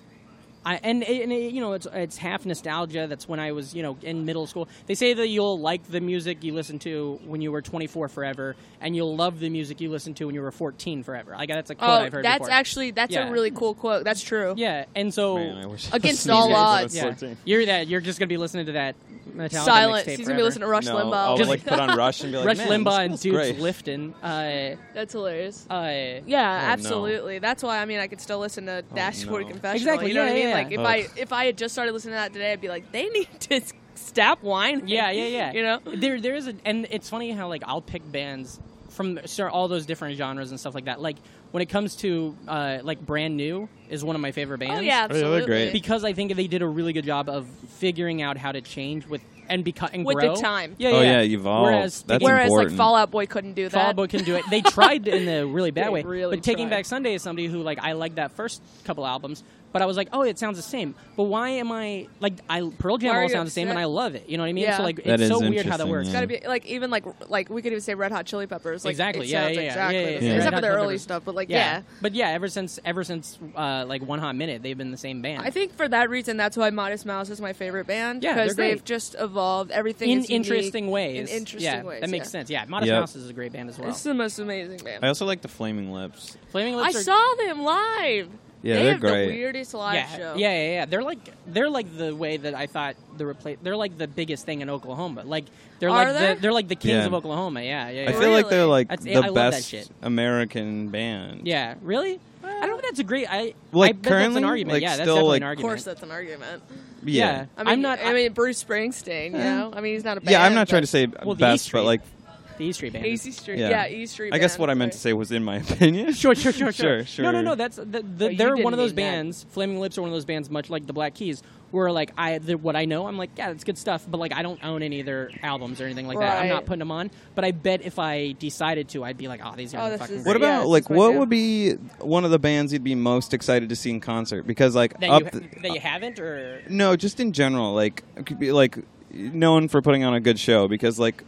Speaker 1: I and and you know it's it's half nostalgia. That's when I was you know in middle school. They say that you'll like the music you listened to when you were 24 forever, and you'll love the music you listened to when you were 14 forever. Like that's a quote
Speaker 6: Oh,
Speaker 1: I've heard.
Speaker 6: that's
Speaker 1: before.
Speaker 6: actually that's
Speaker 1: Yeah.
Speaker 6: a really cool quote. That's true.
Speaker 1: yeah, and so.
Speaker 5: Man, I wish I
Speaker 6: Oh, Against
Speaker 5: listened to
Speaker 6: all
Speaker 5: you guys when I
Speaker 6: odds.
Speaker 5: was
Speaker 1: yeah,
Speaker 5: 14.
Speaker 1: you're that. You're just gonna be listening to that. Metallica
Speaker 6: Silence.
Speaker 1: mixtape
Speaker 6: He's gonna
Speaker 1: forever.
Speaker 6: be listening to Rush
Speaker 5: no,
Speaker 6: Limbaugh.
Speaker 5: I'll like put on Rush and be like,
Speaker 1: Rush
Speaker 5: "Man,
Speaker 1: Limbaugh
Speaker 5: this
Speaker 1: and
Speaker 5: feels
Speaker 1: Dudes
Speaker 5: great."
Speaker 1: Lifton. Uh,
Speaker 6: that's hilarious.
Speaker 1: uh,
Speaker 6: Yeah,
Speaker 5: Oh, no.
Speaker 6: absolutely. That's why I mean I could still listen to Dashboard
Speaker 5: no.
Speaker 6: Confessional.
Speaker 1: Exactly,
Speaker 6: You know
Speaker 1: yeah,
Speaker 6: what I mean?
Speaker 1: yeah,
Speaker 6: Like if
Speaker 5: yeah.
Speaker 6: I
Speaker 5: Ugh.
Speaker 6: if I had just started listening to that today, I'd be like, they need to s- stop whining.
Speaker 1: Yeah, yeah, yeah.
Speaker 6: you know. Oh,
Speaker 1: there there is a, and it's funny how like I'll pick bands from sir, all those different genres and stuff like that. Like when it comes to uh, like brand new is one of my favorite bands.
Speaker 6: Oh yeah,
Speaker 5: Oh, yeah,
Speaker 6: absolutely.
Speaker 5: they're great.
Speaker 1: because I think they did a really good job of figuring out how to change with and become and
Speaker 6: With the
Speaker 1: grow.
Speaker 6: time.
Speaker 1: Yeah,
Speaker 5: Oh,
Speaker 1: yeah.
Speaker 5: yeah, evolve.
Speaker 1: Whereas
Speaker 5: That's
Speaker 1: taking-
Speaker 6: Whereas
Speaker 5: important.
Speaker 6: like Fallout Boy couldn't do that.
Speaker 1: Fall Out Boy can do it. They tried in the really bad
Speaker 6: They
Speaker 1: way.
Speaker 6: really
Speaker 1: but Taking
Speaker 6: tried.
Speaker 1: Back Sunday is somebody who like I liked that first couple albums, but I was like, oh, it sounds the same. But why am I like I Pearl Jam
Speaker 6: Why are
Speaker 1: all
Speaker 6: you
Speaker 1: sounds the same,
Speaker 6: upset?
Speaker 1: and I love it. You know what I mean?
Speaker 6: Yeah.
Speaker 1: So like
Speaker 5: That
Speaker 1: it's
Speaker 5: is
Speaker 1: so weird how that
Speaker 5: interesting,
Speaker 1: works.
Speaker 5: yeah.
Speaker 6: Gotta be like even like like we could even say Red Hot Chili Peppers. Like,
Speaker 1: Exactly,
Speaker 6: It
Speaker 1: yeah,
Speaker 6: sounds
Speaker 1: yeah, yeah,
Speaker 6: exactly
Speaker 1: yeah, yeah,
Speaker 6: the same.
Speaker 5: yeah.
Speaker 6: Except
Speaker 1: Red
Speaker 6: for the
Speaker 1: Hot Chili
Speaker 6: early
Speaker 1: Peppers.
Speaker 6: stuff, but like yeah.
Speaker 1: But yeah, ever since ever since uh, like One Hot Minute, they've been the same band.
Speaker 6: I think for that reason, that's why Modest Mouse is my favorite band.
Speaker 1: Yeah, they're
Speaker 6: because they've
Speaker 1: great.
Speaker 6: just evolved. Everything
Speaker 1: in
Speaker 6: is unique
Speaker 1: interesting ways.
Speaker 6: In interesting
Speaker 1: yeah,
Speaker 6: ways,
Speaker 1: that makes
Speaker 6: yeah.
Speaker 1: sense. Yeah, Modest
Speaker 5: Yep.
Speaker 1: Mouse is a great band as well.
Speaker 6: It's the most amazing band.
Speaker 5: I also like the Flaming Lips.
Speaker 1: Flaming
Speaker 6: I
Speaker 1: Lips are,
Speaker 6: saw them live.
Speaker 5: Yeah,
Speaker 6: they
Speaker 5: they're
Speaker 6: have
Speaker 5: great.
Speaker 6: the weirdest live
Speaker 1: yeah,
Speaker 6: show.
Speaker 1: yeah, yeah, yeah. They're like they're like the way that I thought the replace. They're like the biggest thing in Oklahoma. Like they're
Speaker 6: Are
Speaker 1: like
Speaker 6: they?
Speaker 1: the, they're like the kings
Speaker 5: Yeah.
Speaker 1: of Oklahoma. Yeah, yeah. yeah.
Speaker 5: I feel like they're
Speaker 6: Really?
Speaker 5: like
Speaker 1: That's-
Speaker 5: the
Speaker 1: I love that
Speaker 5: best
Speaker 1: shit.
Speaker 5: American band.
Speaker 1: yeah, really. I don't think that's a great. I
Speaker 5: Like,
Speaker 1: I bet that's
Speaker 5: currently?
Speaker 1: an argument.
Speaker 5: Like,
Speaker 1: yeah, that's
Speaker 5: still,
Speaker 1: definitely
Speaker 5: like-
Speaker 1: an
Speaker 6: Of
Speaker 1: argument.
Speaker 6: course, that's an argument.
Speaker 5: yeah.
Speaker 6: I mean,
Speaker 1: I'm not.
Speaker 6: I mean, Bruce Springsteen. You know, I mean, he's not a. Band,
Speaker 5: Yeah, I'm not trying to
Speaker 6: but-
Speaker 5: say
Speaker 1: Well, the E
Speaker 5: best,
Speaker 1: Street
Speaker 5: but like,
Speaker 1: the E Street band.
Speaker 6: AC Street.
Speaker 5: Yeah.
Speaker 6: Yeah, E Street.
Speaker 5: I guess
Speaker 6: band,
Speaker 5: what I meant to say was in my opinion.
Speaker 1: Sure, sure, sure,
Speaker 5: Sure,
Speaker 1: sure. No, no,
Speaker 5: sure.
Speaker 1: no. That's the, the,
Speaker 6: you
Speaker 1: they're
Speaker 6: didn't
Speaker 1: one of those
Speaker 6: mean that.
Speaker 1: bands. Flaming Lips are one of those bands, much like the Black Keys, where like I the, what I know, I'm like, yeah, that's good stuff. But like I don't own any of their albums or anything like that. I'm
Speaker 6: Right.
Speaker 1: not putting them on. But I bet if I decided to, I'd be like, oh, these
Speaker 6: Oh,
Speaker 1: guys are
Speaker 6: this
Speaker 1: fucking
Speaker 6: is-
Speaker 5: What
Speaker 1: great.
Speaker 5: about
Speaker 6: Yeah, this
Speaker 5: like
Speaker 6: is my
Speaker 5: what
Speaker 6: jam.
Speaker 5: would be one of the bands you'd be most excited to see in concert? Because like
Speaker 1: that
Speaker 5: up uh,
Speaker 1: you,
Speaker 5: th-
Speaker 1: that you haven't or
Speaker 5: no, just in general, like could be like known for putting on a good show. Because like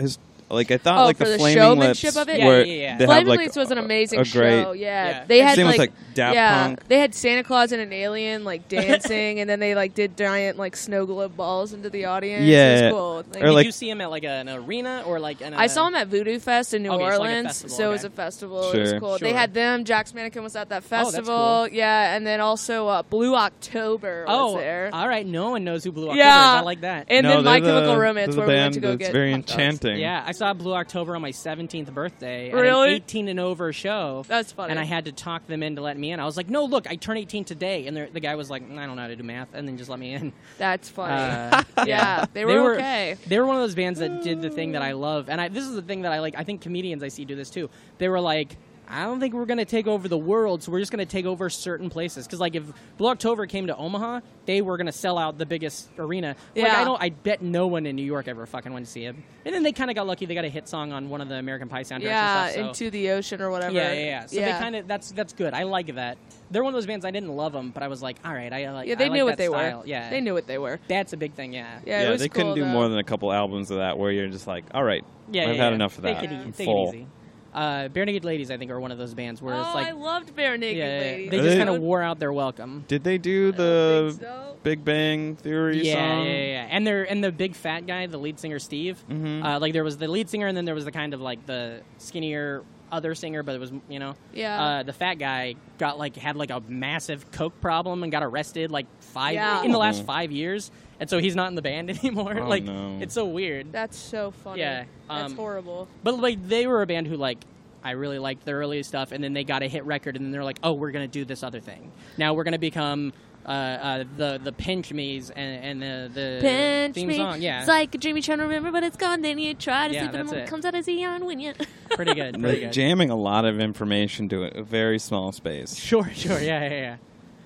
Speaker 5: his like I thought
Speaker 6: Oh,
Speaker 5: like
Speaker 6: for the
Speaker 5: Flaming Lips
Speaker 6: showmanship of it?
Speaker 1: Yeah,
Speaker 5: were-
Speaker 1: yeah, yeah.
Speaker 5: they have
Speaker 6: Flaming
Speaker 5: like
Speaker 6: Lips was an
Speaker 5: a-
Speaker 6: amazing
Speaker 5: a great
Speaker 6: show. Yeah,
Speaker 1: Yeah.
Speaker 6: they had
Speaker 5: Same with,
Speaker 6: like,
Speaker 5: like, Daft
Speaker 6: yeah,
Speaker 5: Punk.
Speaker 6: they had Santa Claus and an alien like dancing, and then they like did giant like snow globe balls into the audience.
Speaker 5: Yeah.
Speaker 6: it was cool. Like,
Speaker 5: Or,
Speaker 1: did
Speaker 5: like-
Speaker 1: you see him at like an arena or like an?
Speaker 6: I saw him at Voodoo Fest in New
Speaker 1: Okay, Oh, it's
Speaker 6: Orleans,
Speaker 1: like a festival,
Speaker 6: so it was
Speaker 1: okay.
Speaker 6: a festival. It was
Speaker 5: Sure.
Speaker 6: cool. They
Speaker 1: Sure.
Speaker 6: had them. Jack's Mannequin was at
Speaker 1: that's
Speaker 6: that festival.
Speaker 1: cool.
Speaker 6: Yeah, and then also uh, Blue October was
Speaker 1: Oh,
Speaker 6: there.
Speaker 1: all right. No one knows who Blue October
Speaker 6: Yeah.
Speaker 1: is. I like that.
Speaker 6: and
Speaker 5: No,
Speaker 6: then My
Speaker 5: they're the-
Speaker 6: Chemical Romance,
Speaker 5: they're
Speaker 6: where
Speaker 5: the
Speaker 6: we
Speaker 5: band
Speaker 6: went to go
Speaker 5: that's
Speaker 6: get
Speaker 5: very
Speaker 6: hot dogs.
Speaker 5: enchanting.
Speaker 1: Yeah, I saw Blue October on my 17th birthday. at an
Speaker 6: Really?
Speaker 1: 18 and over show.
Speaker 6: That's funny.
Speaker 1: And I had to talk them in to let me in. I was like, no, look, I turn 18 today. And the the guy was like, "Mm, I don't know how to do math. And then just let me in.
Speaker 6: That's funny.
Speaker 1: Uh,
Speaker 6: yeah, they were, okay.
Speaker 1: They were one of those bands that did the thing that I love. And I, this is the thing that I like. I think comedians I see do this too. They were like, I don't think we're going to take over the world, so we're just going to take over certain places. Because like if Blocktober came to Omaha, they were going to sell out the biggest arena. Like,
Speaker 6: Yeah.
Speaker 1: I don't. I bet no one in New York ever fucking went to see him. And then they kind of got lucky. They got a hit song on one of the American Pie soundtracks.
Speaker 6: yeah,
Speaker 1: and stuff, so.
Speaker 6: into the ocean or whatever.
Speaker 1: Yeah, yeah, yeah. So
Speaker 6: yeah.
Speaker 1: they kind of that's that's good. I like that. They're one of those bands I didn't love them, but I was like, all right, I like.
Speaker 6: yeah, they
Speaker 1: I like
Speaker 6: knew
Speaker 1: that
Speaker 6: what they
Speaker 1: style.
Speaker 6: were.
Speaker 1: Yeah,
Speaker 6: they knew what they were.
Speaker 1: That's a big thing. Yeah,
Speaker 6: Yeah, it was
Speaker 5: they
Speaker 6: cool,
Speaker 5: couldn't do
Speaker 6: though.
Speaker 5: more than a couple albums of that where you're just like, all right,
Speaker 1: yeah. yeah,
Speaker 5: I've had
Speaker 1: yeah.
Speaker 5: enough of that.
Speaker 1: Take it, e-
Speaker 5: I'm
Speaker 1: take
Speaker 5: full.
Speaker 1: it easy. Uh, Bare Naked Ladies, I think, are one of those bands where
Speaker 6: oh,
Speaker 1: it's like,
Speaker 6: I loved bare
Speaker 1: yeah,
Speaker 6: naked
Speaker 1: yeah, yeah.
Speaker 6: ladies.
Speaker 1: they just
Speaker 5: They-
Speaker 1: kind of wore out their welcome.
Speaker 5: Did they do the Big Bang Theory
Speaker 1: Yeah,
Speaker 5: song?
Speaker 1: yeah, yeah, and they're and the big fat guy, the lead singer Steve.
Speaker 5: Mm-hmm.
Speaker 1: Uh, like there was the lead singer, and then there was the kind of like the skinnier other singer, but it was you know,
Speaker 6: Yeah.
Speaker 1: Uh, the fat guy got like had like a massive coke problem and got arrested like five
Speaker 6: Yeah.
Speaker 1: in the last five years, and so he's not in the band anymore.
Speaker 5: Mm-hmm. Oh,
Speaker 1: like
Speaker 5: no.
Speaker 1: it's so weird.
Speaker 6: That's so funny.
Speaker 1: Yeah,
Speaker 6: that's
Speaker 1: um,
Speaker 6: horrible.
Speaker 1: But like they were a band who like I really liked their early stuff, and then they got a hit record, and then they're like, oh, we're gonna do this other thing. Now we're gonna become. Uh, uh, the the pinch me's and, and the the
Speaker 7: Pinch
Speaker 1: theme
Speaker 7: me.
Speaker 1: song yeah
Speaker 7: It's like a dream you're trying to remember, but it's gone. Then you try to
Speaker 1: Yeah,
Speaker 7: sleep, and
Speaker 1: that's
Speaker 7: it
Speaker 1: it.
Speaker 7: comes out as eon when you.
Speaker 1: pretty good. Pretty
Speaker 5: They're
Speaker 1: good.
Speaker 5: jamming a lot of information to a very small space.
Speaker 1: sure, sure. Yeah, yeah, yeah.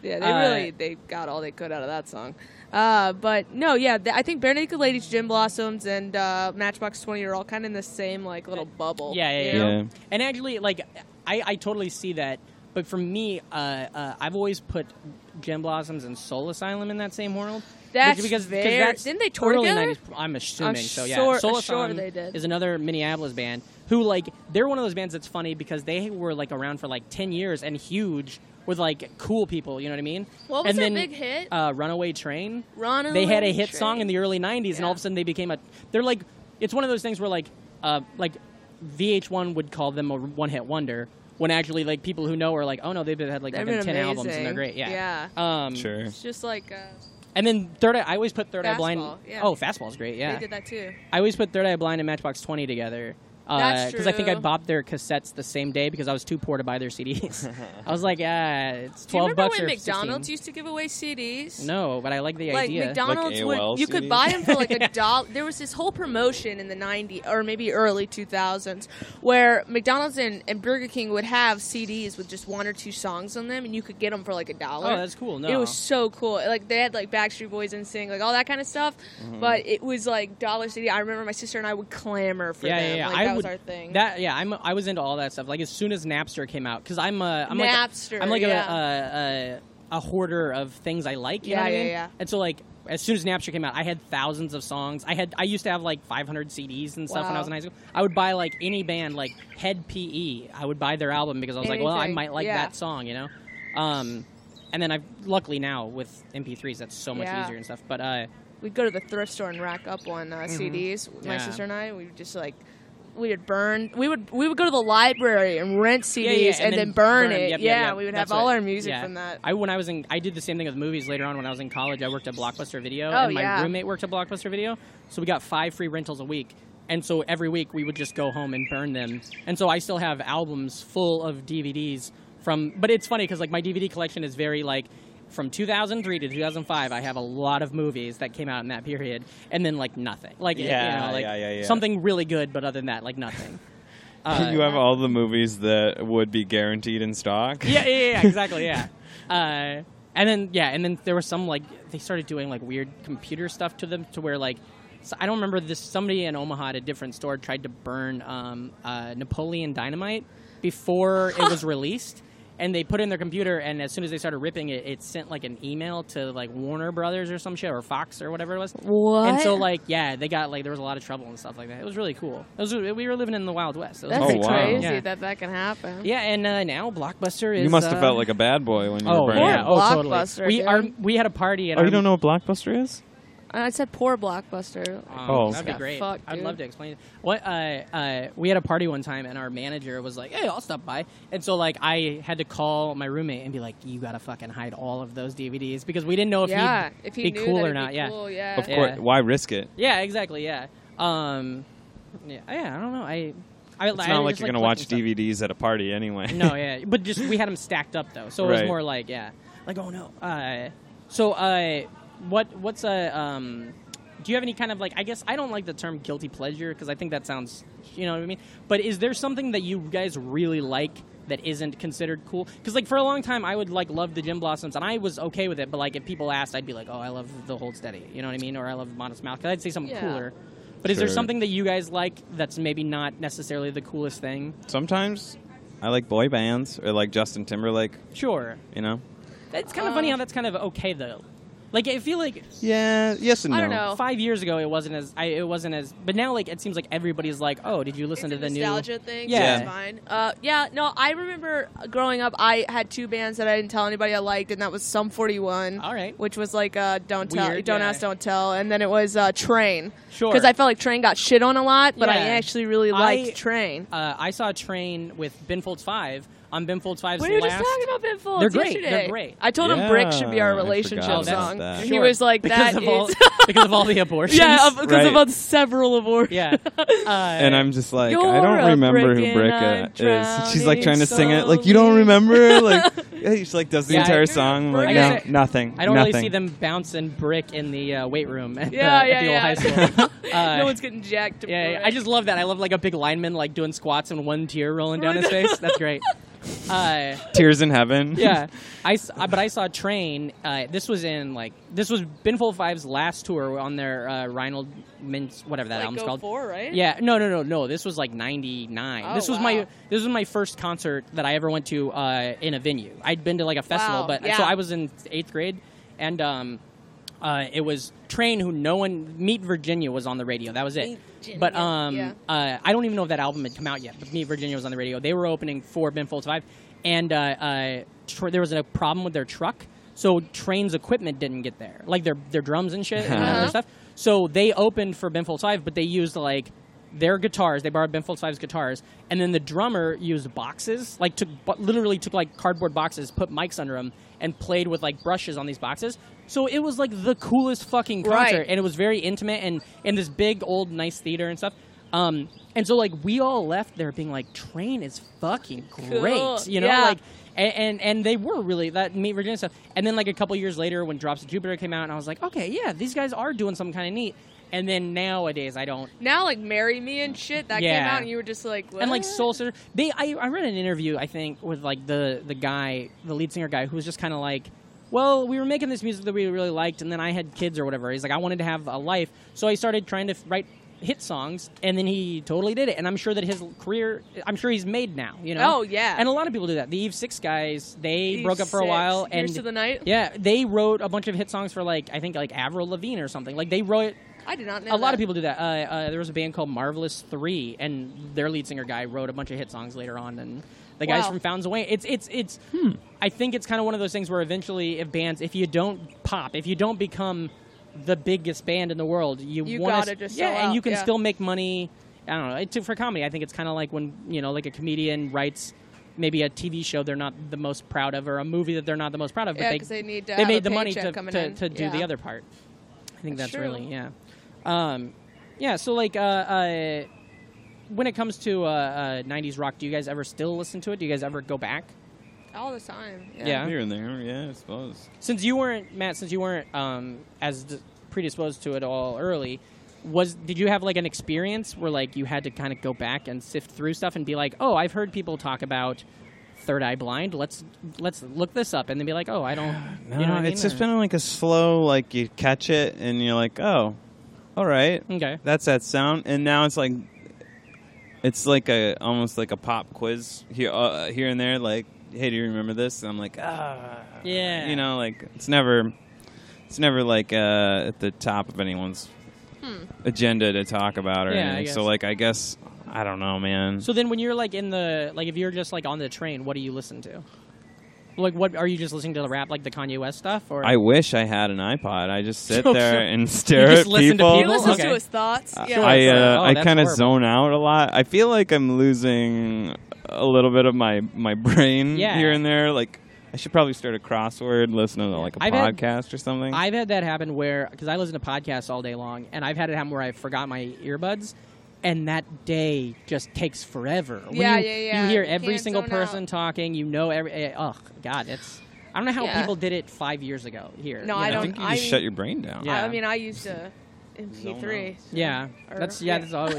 Speaker 6: Yeah, they
Speaker 1: Uh,
Speaker 6: really they got all they could out of that song. Uh, but no, yeah, th- I think Bare Naked Ladies, Gin Blossoms, and uh, Matchbox Twenty are all kind of in the same like little bubble.
Speaker 1: Yeah, yeah,
Speaker 6: you know?
Speaker 5: Yeah.
Speaker 1: And actually, like, I, I totally see that. But for me, uh, uh, I've always put Gem Blossoms and Soul Asylum in that same world.
Speaker 6: That's
Speaker 1: because, because
Speaker 6: fair.
Speaker 1: that's
Speaker 6: Didn't they tour
Speaker 1: early
Speaker 6: together?
Speaker 1: 90s, I'm assuming so. Yeah,
Speaker 6: sure-
Speaker 1: Soul
Speaker 6: sure
Speaker 1: Asylum
Speaker 6: they did.
Speaker 1: is another Minneapolis band who like they're one of those bands that's funny because they were like around for like ten years and huge with like cool people. You know what I mean?
Speaker 7: What was
Speaker 1: and
Speaker 7: their
Speaker 1: then,
Speaker 7: big hit?
Speaker 1: Uh, Runaway Train.
Speaker 7: Runaway
Speaker 1: They had a hit
Speaker 7: Train.
Speaker 1: song in the early 90s and all of a sudden they became a they're like it's one of those things where like uh like VH1 would call them a one hit wonder when actually like people who know are like oh no they've had like
Speaker 6: They've
Speaker 1: fucking
Speaker 6: been
Speaker 1: 10 albums
Speaker 6: amazing.
Speaker 1: and they're great yeah um
Speaker 5: Sure.
Speaker 6: It's just like uh,
Speaker 1: and then third Eye- I always put third eye blind
Speaker 6: Fastball, yeah.
Speaker 1: oh fastball's great yeah
Speaker 6: they did that too.
Speaker 1: I always put Third Eye Blind and Matchbox Twenty together.
Speaker 6: That's
Speaker 1: Because I think I
Speaker 6: true.
Speaker 1: bought their cassettes the same day because I was too poor to buy their CDs. I was like, yeah, it's
Speaker 6: Do you
Speaker 1: twelve
Speaker 6: remember
Speaker 1: bucks
Speaker 6: when
Speaker 1: or
Speaker 6: McDonald's
Speaker 1: 16.
Speaker 6: used to give away CDs?
Speaker 1: No, but I like the
Speaker 6: Like
Speaker 1: idea.
Speaker 6: McDonald's
Speaker 5: Like AOL
Speaker 6: would, you could
Speaker 5: CDs?
Speaker 6: buy them for like a dollar. There was this whole promotion in the '90s or maybe early 2000s where McDonald's and, and Burger King would have CDs with just one or two songs on them, and you could get them for like a dollar.
Speaker 1: Oh, that's cool. No,
Speaker 6: It was so cool. Like they had like Backstreet Boys and Sing, like all that kind of stuff. But it was like dollar CD. I remember my sister and I would clamor for
Speaker 1: yeah,
Speaker 6: them.
Speaker 1: yeah, yeah.
Speaker 6: Like,
Speaker 1: I
Speaker 6: that
Speaker 1: would,
Speaker 6: was our thing.
Speaker 1: That yeah, I'm I was into all that stuff. Like as soon as Napster came out, because I'm a I'm
Speaker 6: Napster,
Speaker 1: like a, I'm like
Speaker 6: yeah.
Speaker 1: a, a, a a hoarder of things I like. You
Speaker 6: Yeah,
Speaker 1: know what
Speaker 6: yeah,
Speaker 1: I mean?
Speaker 6: yeah.
Speaker 1: And so like as soon as Napster came out, I had thousands of songs. I had I used to have like 500 CDs and stuff when I was
Speaker 6: Wow.
Speaker 1: in high school. I would buy like any band like Head PE. I would buy their album because I was like, well, I
Speaker 6: Anything,
Speaker 1: might like
Speaker 6: yeah.
Speaker 1: that song, you know. Um, and then I've luckily now with MP3s, that's so much
Speaker 6: Yeah.
Speaker 1: easier and stuff. But uh,
Speaker 6: we'd go to the thrift store and rack up on uh, CDs. My
Speaker 1: Mm-hmm. Yeah.
Speaker 6: sister and I, we would just like we would burn. We would we would go to the library and rent CDs
Speaker 1: Yeah, yeah,
Speaker 6: and, then, burn, it.
Speaker 1: Yep, yep,
Speaker 6: yeah,
Speaker 1: yep.
Speaker 6: we would
Speaker 1: That's
Speaker 6: have all
Speaker 1: right.
Speaker 6: our music
Speaker 1: Yeah.
Speaker 6: from that.
Speaker 1: I when I was in, I did the same thing with movies later on. When I was in college, I worked at Blockbuster Video,
Speaker 6: Oh,
Speaker 1: and my
Speaker 6: yeah.
Speaker 1: roommate worked at Blockbuster Video, so we got five free rentals a week. And so every week we would just go home and burn them. And so I still have albums full of DVDs from. But it's funny because like my DVD collection is very like. From 2003 to 2005, I have a lot of movies that came out in that period, and then like nothing, like you
Speaker 5: Yeah,
Speaker 1: know, like
Speaker 5: yeah, yeah, yeah.
Speaker 1: something really good, but other than that, like nothing. Uh,
Speaker 5: you have all the movies that would be guaranteed in stock.
Speaker 1: yeah, yeah, yeah, yeah, exactly, yeah. Uh, and then yeah, and then there was some like they started doing like weird computer stuff to them to where like so I don't remember this. Somebody in Omaha at a different store tried to burn um, uh, Napoleon Dynamite before it was released. And they put it in their computer, and as soon as they started ripping it, it sent like an email to like Warner Brothers or some shit or Fox or whatever it was.
Speaker 7: What?
Speaker 1: And so like yeah, they got like there was a lot of trouble and stuff like that. It was really cool. It was we were living in the Wild West. It was
Speaker 6: That's
Speaker 5: Oh,
Speaker 1: pretty
Speaker 5: wow.
Speaker 6: crazy
Speaker 1: Yeah.
Speaker 6: that that can happen.
Speaker 1: yeah, and uh, now Blockbuster is.
Speaker 5: You must have
Speaker 1: uh,
Speaker 5: felt like a bad boy when you
Speaker 1: Oh
Speaker 5: were burning.
Speaker 1: yeah,
Speaker 5: it.
Speaker 1: oh
Speaker 6: Blockbuster,
Speaker 1: totally. We
Speaker 6: dude.
Speaker 1: are we had a party. At
Speaker 5: Oh,
Speaker 1: our,
Speaker 5: you don't know what Blockbuster is?
Speaker 6: And I said poor blockbuster.
Speaker 1: Um,
Speaker 5: Oh.
Speaker 1: that'd be
Speaker 6: Yeah,
Speaker 1: great.
Speaker 6: fuck,
Speaker 1: I'd
Speaker 6: dude.
Speaker 1: love to explain. it. What uh, uh, we had a party one time, and our manager was like, "Hey, I'll stop by." And so like I had to call my roommate and be like, "You gotta fucking hide all of those DVDs because we didn't know if
Speaker 6: yeah,
Speaker 1: he'd
Speaker 6: if he
Speaker 1: be
Speaker 6: knew
Speaker 1: cool
Speaker 6: that
Speaker 1: or
Speaker 6: it'd
Speaker 1: not."
Speaker 6: be
Speaker 1: yeah,
Speaker 6: course. yeah.
Speaker 5: Of
Speaker 1: Yeah.
Speaker 5: course. Why risk it?
Speaker 1: yeah, exactly. Yeah, um, yeah, yeah. I don't know. I, I
Speaker 5: It's not like you're
Speaker 1: gonna
Speaker 5: gonna watch DVDs at a party anyway.
Speaker 1: no, yeah, but just we had them stacked up though, so it was
Speaker 5: Right.
Speaker 1: more like yeah, like oh no. Uh, so uh, what what's a um, do you have any kind of like I guess I don't like the term guilty pleasure because I think that sounds you know what I mean. But is there something that you guys really like that isn't considered cool. Because like for a long time, I would like love the Jim Blossoms, and I was okay with it. But like if people asked, I'd be like, oh, I love the Hold Steady, you know what I mean, or I love Modest Mouse. Because I'd say something
Speaker 6: Yeah.
Speaker 1: cooler. But is there
Speaker 5: Sure.
Speaker 1: something that you guys like that's maybe not necessarily the coolest thing?
Speaker 5: Sometimes I like boy bands or like Justin Timberlake.
Speaker 1: Sure,
Speaker 5: You know.
Speaker 1: it's kind of
Speaker 6: Um,
Speaker 1: funny how that's kind of okay though. Like I feel like
Speaker 5: Yeah. Yes and
Speaker 6: I
Speaker 5: no.
Speaker 6: don't know.
Speaker 1: five years ago it wasn't as I, it wasn't as but now like it seems like everybody's like oh did you listen to
Speaker 6: it's
Speaker 1: the
Speaker 6: a nostalgia thing.
Speaker 1: Yeah.
Speaker 6: Yeah, it's fine. Uh, yeah, no, I remember growing up. I had two bands that I didn't tell anybody I liked, and that was Sum 41.
Speaker 1: All right.
Speaker 6: which was like uh, Don't Tell,
Speaker 1: Weird,
Speaker 6: Don't
Speaker 1: yeah.
Speaker 6: Ask, Don't Tell, and then it was uh, Train.
Speaker 1: Sure.
Speaker 6: because I felt like Train got shit on a lot, but I
Speaker 1: Yeah.
Speaker 6: actually really
Speaker 1: I-
Speaker 6: liked Train.
Speaker 1: new uh, I saw a train with Ben Folds Five on Ben Folds Five's
Speaker 6: We were
Speaker 1: last
Speaker 6: just talking about Ben Folds
Speaker 1: They're great,
Speaker 6: yesterday.
Speaker 1: they're great.
Speaker 6: I told him Brick should be our
Speaker 5: Yeah, I
Speaker 6: relationship
Speaker 5: forgot
Speaker 1: about
Speaker 6: song.
Speaker 5: that.
Speaker 6: And He
Speaker 1: Sure.
Speaker 6: was like,
Speaker 1: because
Speaker 6: that
Speaker 1: of all
Speaker 6: is-
Speaker 1: because of all the abortions
Speaker 6: yeah, of- because
Speaker 5: Right.
Speaker 6: of all the several awards.
Speaker 1: yeah uh,
Speaker 5: and I'm just like,
Speaker 6: You're
Speaker 5: I don't
Speaker 6: a
Speaker 5: remember
Speaker 6: brick
Speaker 5: who
Speaker 6: and
Speaker 5: Bricka
Speaker 6: I'm
Speaker 5: is. She's like trying to sing it, like
Speaker 6: drowning
Speaker 5: you don't remember. like yeah, she like does the
Speaker 1: Yeah, I-
Speaker 5: entire song. I'm like
Speaker 1: I
Speaker 5: no,
Speaker 1: guess I-
Speaker 5: nothing.
Speaker 1: I don't
Speaker 5: nothing.
Speaker 1: really see them bouncing brick in the uh, weight room at,
Speaker 6: Yeah,
Speaker 1: the, at
Speaker 6: yeah,
Speaker 1: the
Speaker 6: yeah.
Speaker 1: old high school Uh,
Speaker 6: no one's getting jacked. to
Speaker 1: yeah, yeah,
Speaker 6: Brick.
Speaker 1: I just love that. I love like a big lineman like doing squats and one tear rolling down his face. That's great. Uh,
Speaker 5: Tears in Heaven.
Speaker 1: yeah, I s- uh, but I saw Train. Uh, this was in like this was Binful Five's last tour on their uh, Reinhold Mintz, whatever that
Speaker 6: like
Speaker 1: album's
Speaker 6: go
Speaker 1: called.
Speaker 6: four, right?
Speaker 1: Yeah, no, no, no, no. This was like '99.
Speaker 6: Oh,
Speaker 1: this was
Speaker 6: wow.
Speaker 1: my this was my first concert that I ever went to uh, in a venue. I'd been to like a festival,
Speaker 6: Wow,
Speaker 1: but
Speaker 6: yeah.
Speaker 1: so I was in eighth grade, and um, uh, it was Train who no one Meet Virginia was on the radio. That was it. But um,
Speaker 6: yeah.
Speaker 1: uh, I don't even know if that album had come out yet. But Meet Virginia was on the radio. They were opening for Ben Folds Five, and uh, uh, tr- there was a problem with their truck. So Train's equipment didn't get there, like their their drums and shit and all their stuff. So they opened for Ben Folds Five, but they used like their guitars. They borrowed Ben Folds Five's guitars, and then the drummer used boxes, like took bu- literally took like cardboard boxes, put mics under them, and played with like brushes on these boxes. So it was like the coolest fucking
Speaker 6: Right.
Speaker 1: concert, and it was very intimate and in this big old nice theater and stuff. Um, and so like we all left there being like, Train is fucking great,
Speaker 6: Cool.
Speaker 1: you know,
Speaker 6: Yeah.
Speaker 1: like. And, and and they were really that Meet Virginia stuff. And then like a couple years later, when Drops of Jupiter came out, and I was like, okay, yeah, these guys are doing something kind of neat. And then nowadays, I don't
Speaker 6: Now, like, marry me and shit that came
Speaker 1: Yeah.
Speaker 6: out, and you were just like, what?
Speaker 1: and like Soul Sister. They, I, I read an interview I think with like the the guy, the lead singer guy, who was just kind of like, well, we were making this music that we really liked, and then I had kids or whatever. He's like, I wanted to have a life, so I started trying to f- write hit songs, and then he totally did it. And I'm sure that his career, I'm sure he's made now. You know?
Speaker 6: Oh, yeah.
Speaker 1: And a lot of people do that. The Eve Six guys, they
Speaker 6: Eve
Speaker 1: broke up for a
Speaker 6: Six,
Speaker 1: while,
Speaker 6: Years
Speaker 1: and
Speaker 6: to the Night?
Speaker 1: yeah, they wrote a bunch of hit songs for like I think like Avril Lavigne or something. Like they wrote
Speaker 6: I did not know.
Speaker 1: a lot of
Speaker 6: that.
Speaker 1: people do that. Uh, uh, there was a band called Marvelous Three, and their lead singer guy wrote a bunch of hit songs later on, and the guys
Speaker 6: Wow.
Speaker 1: from Fountains of Wayne. It's it's it's. I think it's kind of one of those things where eventually, if bands, if you don't pop, if you don't become the biggest band in the world, you,
Speaker 6: You
Speaker 1: want
Speaker 6: gotta just
Speaker 1: yeah,
Speaker 6: sell
Speaker 1: and
Speaker 6: out,
Speaker 1: you can
Speaker 6: yeah.
Speaker 1: still make money. I don't know. It, to- for comedy, I think it's kind of like when you know, like a comedian writes. Maybe a TV show they're not the most proud of, or a movie that they're not the most proud of, but
Speaker 6: Yeah,
Speaker 1: they
Speaker 6: 'cause they need to
Speaker 1: they
Speaker 6: have
Speaker 1: made
Speaker 6: a
Speaker 1: the money
Speaker 6: paycheck
Speaker 1: to,
Speaker 6: coming
Speaker 1: to,
Speaker 6: in.
Speaker 1: to do the
Speaker 6: Yeah.
Speaker 1: other part. I think that's,
Speaker 6: That's true.
Speaker 1: really yeah, um, yeah. So like, uh, uh, when it comes to uh, uh, '90s rock, do you guys ever still listen to it? Do you guys ever go back?
Speaker 6: all the time. Yeah.
Speaker 1: Yeah.
Speaker 5: Here and there. Yeah, I suppose.
Speaker 1: Since you weren't Matt, since you weren't um, as d- predisposed to it all early, was did you have like an experience where like you had to kind of go back and sift through stuff and be like, oh, I've heard people talk about Third Eye Blind. Let's let's look this up and then be like, oh, I don't.
Speaker 5: No,
Speaker 1: you know what I
Speaker 5: it's
Speaker 1: mean?
Speaker 5: just
Speaker 1: Or-
Speaker 5: been like a slow. Like you catch it and you're like, oh, all right.
Speaker 1: Okay.
Speaker 5: That's that sound, and now it's like, it's like a almost like a pop quiz here, uh, here and there. Like, hey, do you remember this? And I'm like, ah,
Speaker 1: Yeah.
Speaker 5: You know, like it's never, it's never like uh, at the top of anyone's agenda to talk about or
Speaker 1: Hmm. Yeah, I
Speaker 5: anything. So
Speaker 1: guess.
Speaker 5: like, I guess I don't know, man.
Speaker 1: So then, when you're like in the like, if you're just like on the train, what do you listen to? Like, what are you just listening to the rap, like the Kanye West stuff, or
Speaker 5: I wish I had an iPod. I just sit
Speaker 1: So-
Speaker 5: there
Speaker 1: so-
Speaker 5: and stare
Speaker 1: just
Speaker 5: at
Speaker 1: listen to
Speaker 5: people.
Speaker 6: He
Speaker 1: Well,
Speaker 6: listens
Speaker 1: okay.
Speaker 6: to his thoughts. Yeah.
Speaker 5: I uh,
Speaker 1: Oh,
Speaker 5: I
Speaker 1: that's
Speaker 5: kind of
Speaker 1: horrible.
Speaker 5: zone out a lot. I feel like I'm losing a little bit of my my brain
Speaker 1: Yeah.
Speaker 5: here and there. Like I should probably start a crossword, listen to like a
Speaker 1: I've had-
Speaker 5: podcast or something.
Speaker 1: I've had that happen where because I listen to podcasts all day long, and I've had it happen where I forgot my earbuds, and that day just takes forever. When
Speaker 6: Yeah,
Speaker 1: you,
Speaker 6: yeah, yeah.
Speaker 1: You hear
Speaker 6: You
Speaker 1: every
Speaker 6: can't
Speaker 1: single
Speaker 6: zone
Speaker 1: person
Speaker 6: out.
Speaker 1: talking. You know every. eh, Ugh, God, it's. I don't know how
Speaker 6: Yeah.
Speaker 1: people did it five years ago here.
Speaker 6: No,
Speaker 1: you know?
Speaker 6: I
Speaker 5: I
Speaker 6: don't-
Speaker 5: think you just
Speaker 6: I-
Speaker 5: shut your brain down.
Speaker 1: Yeah.
Speaker 6: I mean, I used a MP3.
Speaker 1: Yeah,
Speaker 6: Or-
Speaker 1: that's yeah.
Speaker 6: yeah.
Speaker 1: That's always.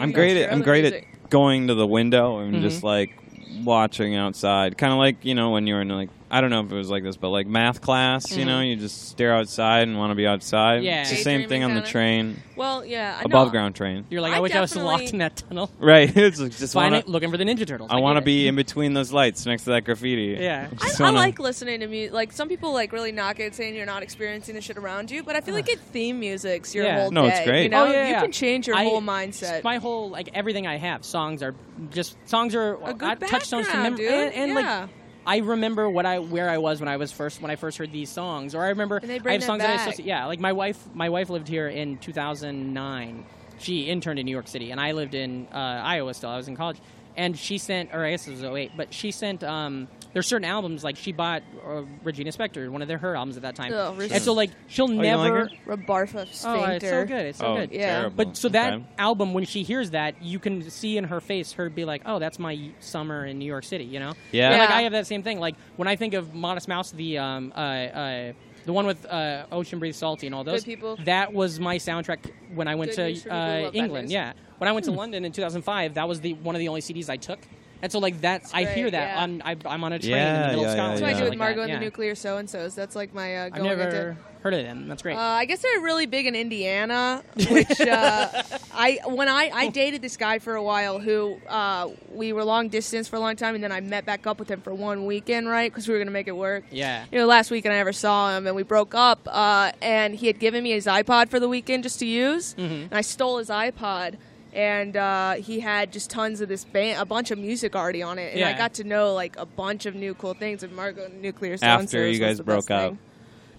Speaker 5: I'm great
Speaker 6: Your
Speaker 5: at I'm
Speaker 6: other
Speaker 5: great
Speaker 6: music.
Speaker 1: Mm-hmm.
Speaker 5: at going to the window and just like watching outside. Kind of like you know when you were in like I don't know if it was like this, but like math class. You know, you just stare outside and want to be outside.
Speaker 1: Mm-hmm. Yeah.
Speaker 5: it's the same thing on the
Speaker 6: Daydreaming
Speaker 5: train,
Speaker 6: Well, yeah. I know.
Speaker 5: above ground train.
Speaker 1: You're like, I,
Speaker 6: I
Speaker 1: wish I was
Speaker 6: definitely-
Speaker 1: locked in that tunnel.
Speaker 5: Right. it's like, just
Speaker 1: Find
Speaker 5: wanna,
Speaker 1: it, looking for the Ninja Turtles.
Speaker 5: I want to
Speaker 1: get it.
Speaker 5: be in between those lights next to that graffiti.
Speaker 1: Yeah.
Speaker 5: Just
Speaker 6: I, I
Speaker 5: wanna-
Speaker 6: like listening to music. Like some people like really knock it, saying you're not experiencing the shit around you. But I feel like it theme music's your
Speaker 1: Yeah.
Speaker 6: whole
Speaker 5: No,
Speaker 6: day.
Speaker 5: it's great.
Speaker 6: You know,
Speaker 1: Oh, yeah,
Speaker 6: you
Speaker 1: yeah.
Speaker 6: can change your
Speaker 1: I-
Speaker 6: whole mindset.
Speaker 1: My whole like everything I have, songs are just songs are
Speaker 6: a good
Speaker 1: uh, touchstones to
Speaker 6: background,
Speaker 1: memory. And,
Speaker 6: dude.
Speaker 1: and
Speaker 6: Yeah.
Speaker 1: like, I remember what I where I was when I was first when I first heard these songs, or I remember
Speaker 6: And they
Speaker 1: I
Speaker 6: bring
Speaker 1: have
Speaker 6: that
Speaker 1: songs that I
Speaker 6: back.
Speaker 1: associate. Yeah, like my wife, my wife lived here in 2009. She interned in New York City, and I lived in uh, Iowa still. I was in college, and she sent, or I guess it was 08, but she sent. Um, there's certain albums like she bought uh, Regina Spektor, one of their, her albums at that time,
Speaker 6: Oh,
Speaker 1: and so like she'll
Speaker 5: you don't like
Speaker 1: never.
Speaker 5: her?
Speaker 6: Rebarfa
Speaker 1: oh,
Speaker 6: sphincter.
Speaker 1: it's so good! It's so
Speaker 5: Oh,
Speaker 1: good.
Speaker 6: Yeah.
Speaker 5: terrible.
Speaker 1: But so that
Speaker 5: Okay.
Speaker 1: album, when she hears that, you can see in her face her be like, "Oh, that's my summer in New York City," you know.
Speaker 5: Yeah.
Speaker 1: And, like
Speaker 6: Yeah.
Speaker 1: I have that same thing. Like when I think of Modest Mouse, the um, uh, uh, the one with uh, Ocean Breeze, Salty, and all those
Speaker 6: Good People.
Speaker 1: That was my soundtrack when I went
Speaker 6: Good News for
Speaker 1: to
Speaker 6: People Who Love
Speaker 1: uh,
Speaker 6: Bad
Speaker 1: England.
Speaker 6: News.
Speaker 1: Yeah. When I went
Speaker 5: Hmm.
Speaker 1: to London in 2005, that was the one of the only CDs I took. And so like that's I hear
Speaker 6: great,
Speaker 1: that
Speaker 6: yeah.
Speaker 1: on I, I'm on a train in
Speaker 5: Yeah,
Speaker 1: the middle
Speaker 5: yeah,
Speaker 1: of
Speaker 5: yeah,
Speaker 1: Scotland.
Speaker 6: That's
Speaker 5: yeah.
Speaker 6: what I
Speaker 1: or
Speaker 6: do with
Speaker 1: something
Speaker 6: Margo
Speaker 1: like
Speaker 6: and
Speaker 1: that,
Speaker 6: the
Speaker 1: yeah.
Speaker 6: Nuclear So and So's. That's like my uh,
Speaker 1: I've
Speaker 6: going
Speaker 1: never
Speaker 6: into.
Speaker 1: heard of them. That's great.
Speaker 6: Uh, I guess they're really big in Indiana, which uh, I when I, I dated this guy for a while who uh, we were long distance for a long time, and then I met back up with him for one weekend, right? Because we were gonna make it work.
Speaker 1: yeah.
Speaker 6: You know, last weekend I never saw him, and we broke up. Uh, and he had given me his iPod for the weekend just to use,
Speaker 5: Mm-hmm.
Speaker 6: and I stole his iPod. And uh, he had just tons of this band, a bunch of music already on it, and I
Speaker 1: Yeah.
Speaker 6: got to know like a bunch of new cool things. And Margo Nuclear
Speaker 5: After
Speaker 6: Songs
Speaker 5: you
Speaker 6: was
Speaker 5: guys
Speaker 6: the best
Speaker 5: broke up.
Speaker 6: thing.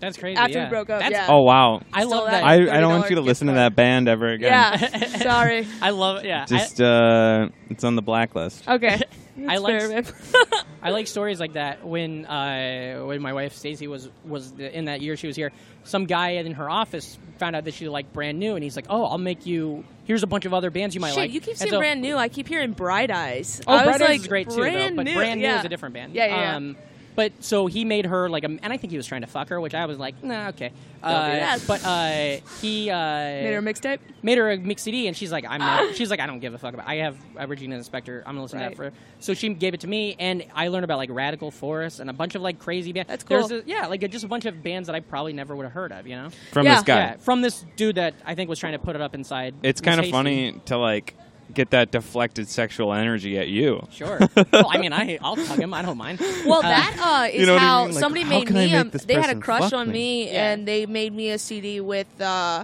Speaker 1: That's crazy.
Speaker 6: After
Speaker 1: yeah.
Speaker 6: we broke up,
Speaker 1: That's-
Speaker 6: yeah.
Speaker 5: Oh wow.
Speaker 1: I
Speaker 6: Stole
Speaker 1: love
Speaker 6: that.
Speaker 1: that.
Speaker 5: I, I don't want
Speaker 6: $30
Speaker 5: you to
Speaker 6: gift
Speaker 5: listen to
Speaker 6: card.
Speaker 5: that band ever again.
Speaker 6: Yeah, sorry.
Speaker 1: I love yeah. I- Oh,
Speaker 5: Just uh, it's on the blacklist.
Speaker 6: Okay.
Speaker 1: I like-
Speaker 6: Experiment.
Speaker 1: I like stories like that. When uh, when my wife Stacey was was the, in that year she was here, some guy in her office found out that she like brand new, and he's like, "Oh, I'll make you. Here's a bunch of other bands you might
Speaker 6: Shit,
Speaker 1: like."
Speaker 6: you keep
Speaker 1: And
Speaker 6: saying
Speaker 1: so-
Speaker 6: brand new. I keep hearing Bright Eyes.
Speaker 1: Oh,
Speaker 6: I was
Speaker 1: Brand New
Speaker 6: like,
Speaker 1: is great too, though.
Speaker 6: brand
Speaker 1: But
Speaker 6: new.
Speaker 1: Brand New
Speaker 6: yeah.
Speaker 1: is a different band. Um,
Speaker 6: Yeah, yeah, yeah.
Speaker 1: but so he made her like, a, and I think he was trying to fuck her, which I was like, nah, okay. Uh,
Speaker 6: that.
Speaker 1: But uh, he uh,
Speaker 6: Made her a mixtape.
Speaker 1: made her a mix CD, and she's like, "I'm not." She's like, "I don't give a fuck about." I have uh, Regina Inspector. I'm gonna listen
Speaker 6: Right.
Speaker 1: to that for. So she gave it to me, and I learned about like Radical Forest and a bunch of like crazy bands.
Speaker 6: That's cool.
Speaker 1: There's a, yeah, like just a bunch of bands that I probably never would have heard of. You know,
Speaker 5: From
Speaker 6: Yeah.
Speaker 5: this guy.
Speaker 1: yeah, from this dude that I think was trying to put it up inside.
Speaker 5: It's
Speaker 1: Miss
Speaker 5: kind of
Speaker 1: Hasty.
Speaker 5: funny to like get that deflected sexual energy at you.
Speaker 1: Sure. well, I mean, I I'll tug him. I don't mind.
Speaker 6: Well,
Speaker 1: Uh,
Speaker 6: that uh, is
Speaker 5: you know what I
Speaker 6: how
Speaker 5: mean? Like,
Speaker 6: somebody
Speaker 5: how
Speaker 6: made
Speaker 5: can I
Speaker 6: me.
Speaker 5: make
Speaker 6: um,
Speaker 5: this
Speaker 6: they had a
Speaker 5: person
Speaker 6: crush
Speaker 5: fuck
Speaker 6: on me,
Speaker 5: me?
Speaker 1: Yeah.
Speaker 6: and they made me a CD with. Uh,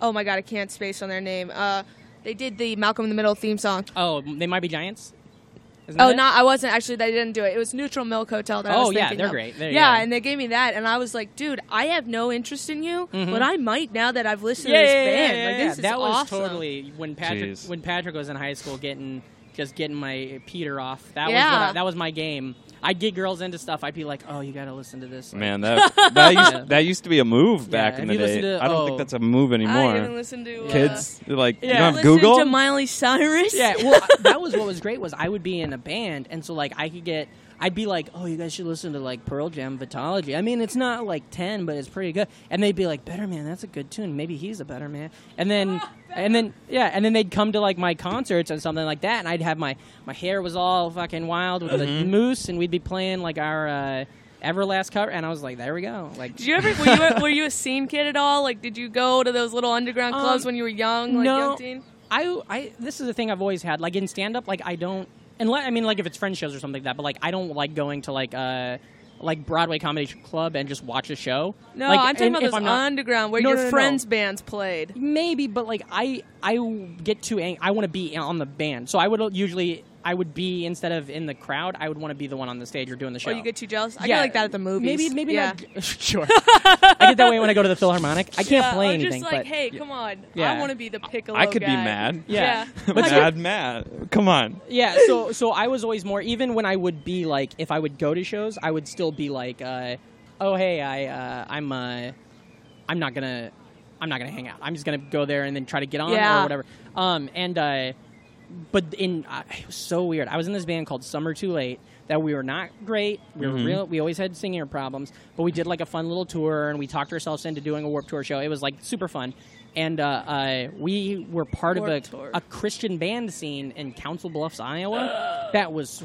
Speaker 6: oh my god, I can't space on their name. Uh, they did the Malcolm in the Middle theme song.
Speaker 1: Oh, they might be giants. Isn't that
Speaker 6: Oh,
Speaker 1: it?
Speaker 6: no, I wasn't actually. They didn't do it. It was Neutral Milk Hotel. That I
Speaker 1: Oh,
Speaker 6: was
Speaker 1: yeah,
Speaker 6: thinking
Speaker 1: they're
Speaker 6: of.
Speaker 1: great. They're-
Speaker 6: yeah,
Speaker 1: yeah.
Speaker 6: and they gave me that, and I was like, dude, I have no interest in you,
Speaker 1: Mhm.
Speaker 6: but I might now that I've listened
Speaker 1: yeah,
Speaker 6: to this
Speaker 1: yeah,
Speaker 6: band.
Speaker 1: yeah,
Speaker 6: like
Speaker 1: yeah,
Speaker 6: this is
Speaker 1: that was
Speaker 6: awesome.
Speaker 1: totally when Patrick
Speaker 5: Jeez.
Speaker 1: when Patrick was in high school getting just getting my Peter off. That was
Speaker 6: Yeah.
Speaker 1: what I, that was my game. I'd get girls into stuff. I'd be like, "Oh, you gotta listen to this." Like,
Speaker 5: Man, that that
Speaker 1: Yeah.
Speaker 5: used, that used to be a move back
Speaker 1: Yeah, have
Speaker 5: in the
Speaker 1: you
Speaker 5: day.
Speaker 1: listened to-
Speaker 5: I don't
Speaker 1: oh.
Speaker 5: think that's a move
Speaker 6: I even
Speaker 5: anymore.
Speaker 6: listened to uh,
Speaker 5: Kids, they're like
Speaker 1: Yeah.
Speaker 5: you don't have
Speaker 6: listened
Speaker 5: Google.
Speaker 6: to Miley Cyrus.
Speaker 1: yeah, well, I- that was what was great was I would be in a band, and so like I could get, I'd be like, "Oh, you guys should listen to like Pearl Jam, Vitology." I mean, it's not like ten, but it's pretty good. And they'd be like, "Better Man, that's a good tune. Maybe he's a better man." And then, and then, yeah, and then they'd come to like my concerts and something like that, and I'd have my my hair was all fucking wild with the moose, and we'd be playing like our uh, Everlast cover, and I was like, "There we go!" Like,
Speaker 6: Did you ever were you a, were you a scene kid at all? Like, did you go to those little underground
Speaker 1: Um,
Speaker 6: clubs when you were young? Like,
Speaker 1: no,
Speaker 6: young teen?
Speaker 1: I, I this is the thing I've always had. Like in stand up, like I don't unless I mean like if it's friend shows or something like that, but like I don't like going to like uh like Broadway comedy sh- club and just watch a show.
Speaker 6: No,
Speaker 1: Like,
Speaker 6: I'm talking
Speaker 1: and
Speaker 6: about
Speaker 1: if
Speaker 6: those
Speaker 1: I'm not-
Speaker 6: underground where
Speaker 1: No,
Speaker 6: your
Speaker 1: no, no, no.
Speaker 6: friends' bands played.
Speaker 1: Maybe, but like I I get too ang- I want to be on the band. So I would usually I would be instead of in the crowd, I would want to be the one on the stage or doing the show.
Speaker 6: Or you get too jealous. I
Speaker 1: Yeah.
Speaker 6: get like that at the movies.
Speaker 1: Maybe maybe
Speaker 6: yeah.
Speaker 1: not sure. I get that way when I go to the Philharmonic. I can't
Speaker 6: Yeah,
Speaker 1: play
Speaker 6: or
Speaker 1: anything.
Speaker 6: just like,
Speaker 1: but
Speaker 6: hey, come on, I
Speaker 1: Yeah.
Speaker 6: want to be the piccolo.
Speaker 5: I could be
Speaker 6: guy.
Speaker 5: mad.
Speaker 1: Yeah.
Speaker 5: mad, mad. Come on.
Speaker 1: Yeah, so so I was always more even when I would be like if I would go to shows, I would still be like, uh, oh hey, I uh, I'm uh, I'm not gonna I'm not gonna hang out. I'm just gonna go there and then try to get on
Speaker 6: Yeah.
Speaker 1: or whatever. Um, and uh, but in uh, it was so weird. I was in this band called Summer Too Late that we were not great. We were real. We always had singing problems, but we did like a fun little tour and we talked ourselves into doing a Warp Tour show. It was like super fun. And uh, uh, we were part
Speaker 6: Warped
Speaker 1: of
Speaker 6: Tour.
Speaker 1: a, a Christian band scene in Council Bluffs, Iowa. that was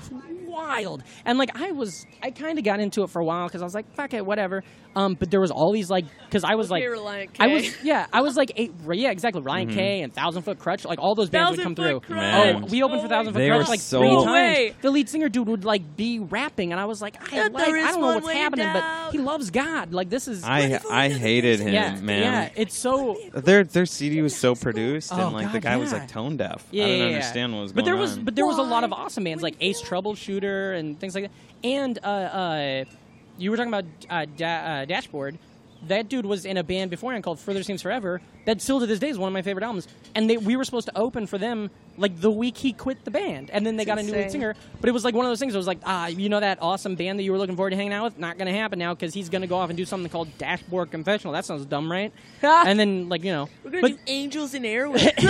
Speaker 1: wild. And like I was, I kind of got into it for a while because I was like, fuck it, whatever. Um, but there was all these like, because I was like,
Speaker 6: Okay, Reliant
Speaker 1: I
Speaker 6: K.
Speaker 1: was yeah, I was like eight. Yeah, exactly. Ryan K and Thousand Foot Crutch, like all those bands would come
Speaker 6: Thousand
Speaker 1: through.
Speaker 6: Foot
Speaker 5: Man.
Speaker 1: Oh, we opened for
Speaker 6: Oh
Speaker 1: Thousand
Speaker 5: my
Speaker 1: Foot
Speaker 5: God.
Speaker 1: Crutch like
Speaker 5: They were
Speaker 1: three
Speaker 5: so-
Speaker 1: times.
Speaker 5: No
Speaker 6: way.
Speaker 1: The lead singer dude would like be rapping, and I was like, I,
Speaker 6: But
Speaker 1: like,
Speaker 6: there
Speaker 1: I
Speaker 6: is
Speaker 1: don't know
Speaker 6: one
Speaker 1: what's
Speaker 6: way
Speaker 1: happening, but
Speaker 6: down.
Speaker 1: he loves God. Like this is
Speaker 5: I I hated him,
Speaker 1: yeah,
Speaker 5: man.
Speaker 1: yeah. It's so
Speaker 5: Their their CD was so produced,
Speaker 1: Oh,
Speaker 5: and like the
Speaker 1: God,
Speaker 5: guy was
Speaker 1: yeah.
Speaker 5: like tone deaf.
Speaker 1: Yeah,
Speaker 5: I didn't
Speaker 1: yeah, yeah.
Speaker 5: understand what was
Speaker 1: but
Speaker 5: going
Speaker 1: there was
Speaker 5: on.
Speaker 1: but there was a lot of awesome bands like Ace Troubleshooter and things like that. And uh, uh, you were talking about uh, da- uh, Dashboard. That dude was in a band beforehand called Further Seems Forever. That still to this day is one of my favorite albums. And they, we were supposed to open for them like the week he quit the band, and then they got a new lead
Speaker 6: insane.
Speaker 1: singer. But it was like one of those things. It was like ah, you know that awesome band that you were looking forward to hanging out with, not going to happen now because he's going to go off and do something called Dashboard Confessional. That sounds dumb, right? and then like you know,
Speaker 6: We're gonna
Speaker 1: but-
Speaker 6: do Angels in Airwaves.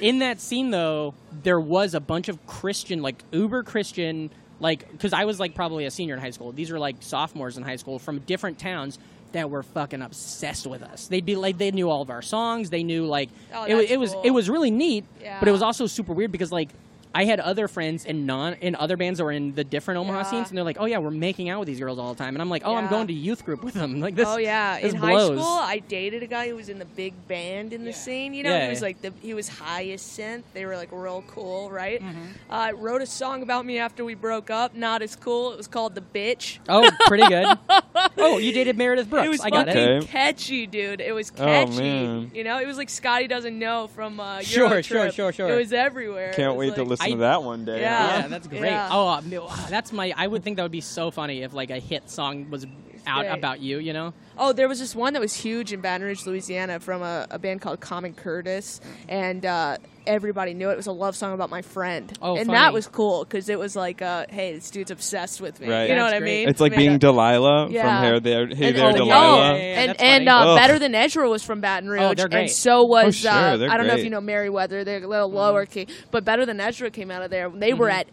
Speaker 1: in that scene though there was a bunch of christian like uber christian like because i was like probably a senior in high school these were like sophomores in high school from different towns that were fucking obsessed with us they'd be like they knew all of our songs they knew like
Speaker 6: Oh,
Speaker 1: it, wa-
Speaker 6: that's
Speaker 1: it was
Speaker 6: cool.
Speaker 1: it was really neat but it
Speaker 6: Yeah.
Speaker 1: was also super weird because like I had other friends in non in other bands that were in the different Omaha
Speaker 6: Yeah.
Speaker 1: scenes, and they're like, "Oh yeah, we're making out with these girls all the time," and I'm like, "Oh, I'm
Speaker 6: Yeah.
Speaker 1: going to youth group with them." Like this.
Speaker 6: oh yeah,
Speaker 1: this
Speaker 6: in high
Speaker 1: blows.
Speaker 6: school, I dated a guy who was in the big band in the scene. You know,
Speaker 1: Yeah,
Speaker 6: he was
Speaker 1: yeah.
Speaker 6: like the he was Hyacinth. They were like real cool, right?
Speaker 1: Mm-hmm.
Speaker 6: Uh, wrote a song about me after we broke up. Not as cool. It was called "The Bitch."
Speaker 1: Oh, pretty good. oh, you dated Meredith Brooks.
Speaker 6: It was
Speaker 1: I got it.
Speaker 6: fucking
Speaker 5: Okay.
Speaker 6: catchy, dude. It was
Speaker 5: Oh,
Speaker 6: catchy.
Speaker 5: man.
Speaker 6: You know, it was like Scotty doesn't know from uh,
Speaker 1: Sure,
Speaker 6: Eurotrip.
Speaker 1: sure, sure, sure.
Speaker 6: It was everywhere. It
Speaker 5: Can't
Speaker 6: was
Speaker 5: wait to
Speaker 6: like-
Speaker 5: listen
Speaker 1: I-
Speaker 5: to that one day.
Speaker 6: Yeah.
Speaker 5: huh?
Speaker 1: Yeah, that's great.
Speaker 6: Yeah.
Speaker 1: Oh, um, no, ah, that's my. I would think that would be so funny if like a hit song was out
Speaker 6: great.
Speaker 1: about you. You know,
Speaker 6: Oh, there was this one that was huge in Baton Rouge, Louisiana, from a, a band called Common Curtis, and uh, everybody knew it. It was a love song about my friend,
Speaker 1: Oh,
Speaker 6: and
Speaker 1: funny.
Speaker 6: that was cool because it was like, uh, "Hey, this dude's obsessed with me."
Speaker 5: Right.
Speaker 6: You know
Speaker 1: That's
Speaker 6: what
Speaker 1: great.
Speaker 6: I mean?
Speaker 5: It's like
Speaker 6: I mean,
Speaker 5: being
Speaker 6: uh,
Speaker 5: Delilah
Speaker 6: yeah.
Speaker 5: from Hair There, Hey
Speaker 6: and-
Speaker 5: There,
Speaker 6: oh,
Speaker 5: Delilah.
Speaker 6: yeah,
Speaker 1: yeah, yeah,
Speaker 6: and
Speaker 1: that's
Speaker 6: and
Speaker 1: funny.
Speaker 6: uh,
Speaker 5: Ugh.
Speaker 6: better than Ezra was from Baton Rouge,
Speaker 1: they're great.
Speaker 6: and so was
Speaker 5: sure,
Speaker 6: uh,
Speaker 5: they're
Speaker 6: I don't know if
Speaker 5: great.
Speaker 6: you know Mary Weather, the little lower key, but better than Ezra came out of there. They were at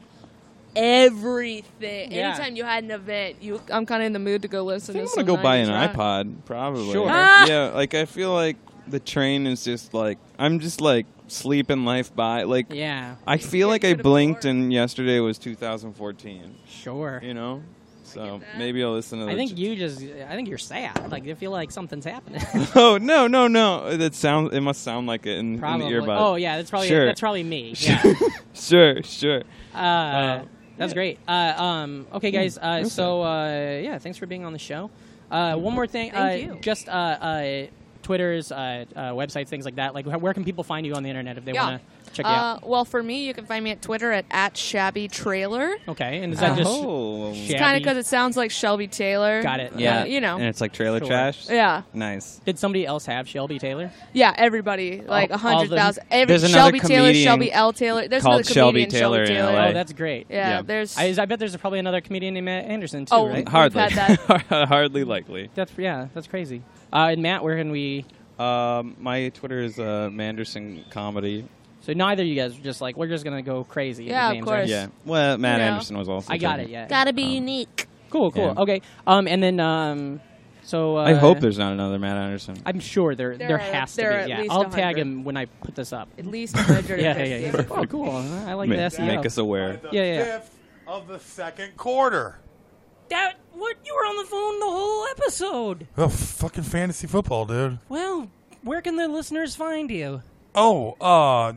Speaker 6: everything.
Speaker 1: Yeah.
Speaker 6: Anytime you had an event, you I'm kind of in the mood to go listen.
Speaker 5: I
Speaker 6: to
Speaker 5: want to
Speaker 6: some
Speaker 5: go buy an
Speaker 6: 90s rock.
Speaker 5: iPod, probably.
Speaker 1: Sure.
Speaker 6: Ah!
Speaker 5: Yeah, like I feel like the train is just like I'm just like sleeping life by. Like
Speaker 1: yeah,
Speaker 5: I feel like I
Speaker 6: could've
Speaker 5: blinked
Speaker 6: been
Speaker 5: and yesterday was 2014.
Speaker 1: sure.
Speaker 5: You know, so
Speaker 6: that.
Speaker 5: maybe I'll listen to.
Speaker 1: I
Speaker 5: the-
Speaker 1: think you just. I think you're sad. Like you feel like something's happening.
Speaker 5: Oh no no no! That sounds. It must sound like it in, in the
Speaker 1: probably.
Speaker 5: earbud.
Speaker 1: Oh yeah, that's probably
Speaker 5: Sure.
Speaker 1: that's probably me. Yeah.
Speaker 5: Sure sure.
Speaker 1: Uh, that's great. Uh, um, okay,
Speaker 5: hmm,
Speaker 1: guys. Uh, so uh, yeah, thanks for being on the show. Uh, one more thing.
Speaker 6: Thank
Speaker 1: uh,
Speaker 6: you.
Speaker 1: Just uh, uh, Twitter's, uh, uh, websites, things like that. Like, wh- where can people find you on the internet if they
Speaker 6: Yeah.
Speaker 1: want to check you
Speaker 6: Uh,
Speaker 1: out?
Speaker 6: well, for me, you can find me at Twitter at, at Shabby Trailer.
Speaker 1: Okay, and is that just
Speaker 5: oh
Speaker 1: shit.
Speaker 6: Kind
Speaker 1: Shabby.
Speaker 6: of because it sounds like Shelby Taylor.
Speaker 1: Got it.
Speaker 5: yeah.
Speaker 6: Uh, you know.
Speaker 5: and it's like trailer
Speaker 1: Sure.
Speaker 5: trash.
Speaker 6: yeah,
Speaker 5: Nice.
Speaker 1: Did somebody else have Shelby Taylor?
Speaker 6: yeah. Everybody, like
Speaker 1: All-
Speaker 6: a
Speaker 1: all
Speaker 6: hundred
Speaker 1: the-
Speaker 6: thousand. Every
Speaker 5: There's another
Speaker 6: Shelby Taylor,
Speaker 5: comedian
Speaker 6: Shelby L Taylor. There's another
Speaker 5: called Shelby
Speaker 6: comedian,
Speaker 5: Taylor in LA.
Speaker 1: Oh, that's great.
Speaker 6: Yeah,
Speaker 5: Yeah.
Speaker 6: there's.
Speaker 1: I, I bet there's probably another comedian named Matt Anderson too,
Speaker 6: Oh.
Speaker 1: right?
Speaker 5: Hardly.
Speaker 6: We've had
Speaker 5: Hardly likely.
Speaker 1: That's yeah, that's crazy. Uh, and Matt, where can we?
Speaker 5: Um, my Twitter is uh, Manderson Comedy.
Speaker 1: So neither of you guys are just like we're just gonna go crazy. with
Speaker 6: Yeah, of
Speaker 1: names, right?
Speaker 6: course.
Speaker 5: Yeah. Well, Matt
Speaker 6: You know.
Speaker 5: Anderson was also.
Speaker 1: I got it.
Speaker 5: taken.
Speaker 1: Yeah.
Speaker 7: Gotta be unique.
Speaker 1: Cool. Cool.
Speaker 5: Yeah.
Speaker 1: Okay. Um, and then um, so uh,
Speaker 5: I hope there's not another Matt Anderson.
Speaker 1: I'm sure there there,
Speaker 6: There are-
Speaker 1: has
Speaker 6: there are
Speaker 1: to
Speaker 6: at
Speaker 1: be. Yeah.
Speaker 6: least
Speaker 1: I'll
Speaker 6: 100.
Speaker 1: tag him when I put this up.
Speaker 6: at least a hundred.
Speaker 1: Yeah. Yeah. Yeah. Oh, cool. I like
Speaker 5: Ma-
Speaker 1: the SEO.
Speaker 5: make us aware.
Speaker 1: Yeah, yeah.
Speaker 4: Fifth of the second quarter.
Speaker 1: that what you were on the phone the whole episode.
Speaker 4: Oh, fucking fantasy football, dude.
Speaker 1: Well, where can the listeners find you?
Speaker 4: Oh, uh,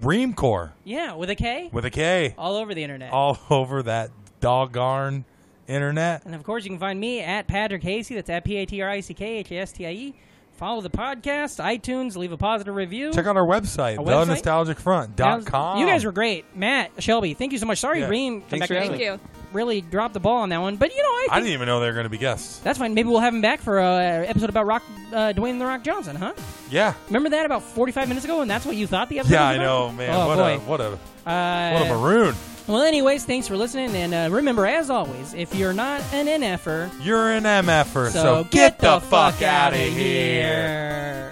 Speaker 4: Reamcore
Speaker 1: Yeah, with a K.
Speaker 4: with a K
Speaker 1: All over the internet.
Speaker 4: all over that doggone internet.
Speaker 1: And of course, you can find me at Patrick Hasty. That's at P A T R I C K H A S T I E. Follow the podcast, iTunes, leave a positive review.
Speaker 4: Check out our website,
Speaker 1: Our website?
Speaker 4: thenostalgicfront.com.
Speaker 1: You guys were great. Matt, Shelby, thank you so much. Sorry,
Speaker 4: Yeah.
Speaker 1: Reem. come
Speaker 5: Thanks
Speaker 1: back
Speaker 5: for
Speaker 1: next
Speaker 5: having
Speaker 6: Thank
Speaker 1: week.
Speaker 6: you.
Speaker 1: Really dropped the ball on that one. But, you know, I
Speaker 4: I
Speaker 1: think
Speaker 4: didn't even know they were going to be guests.
Speaker 1: that's fine. Maybe we'll have him back for an episode about Rock uh, Dwayne The Rock Johnson, huh?
Speaker 4: Yeah.
Speaker 1: Remember that about 45 minutes ago, and that's what you thought the episode
Speaker 4: Yeah,
Speaker 1: was
Speaker 4: I
Speaker 1: about?
Speaker 4: know, man.
Speaker 1: Oh,
Speaker 4: what
Speaker 1: boy.
Speaker 4: a what a
Speaker 1: Uh,
Speaker 4: what a maroon.
Speaker 1: well, anyways, thanks for listening. And uh, remember, as always, if you're not an NFer,
Speaker 4: You're an MFer, so,
Speaker 1: so,
Speaker 4: get the fuck out of here.
Speaker 1: here.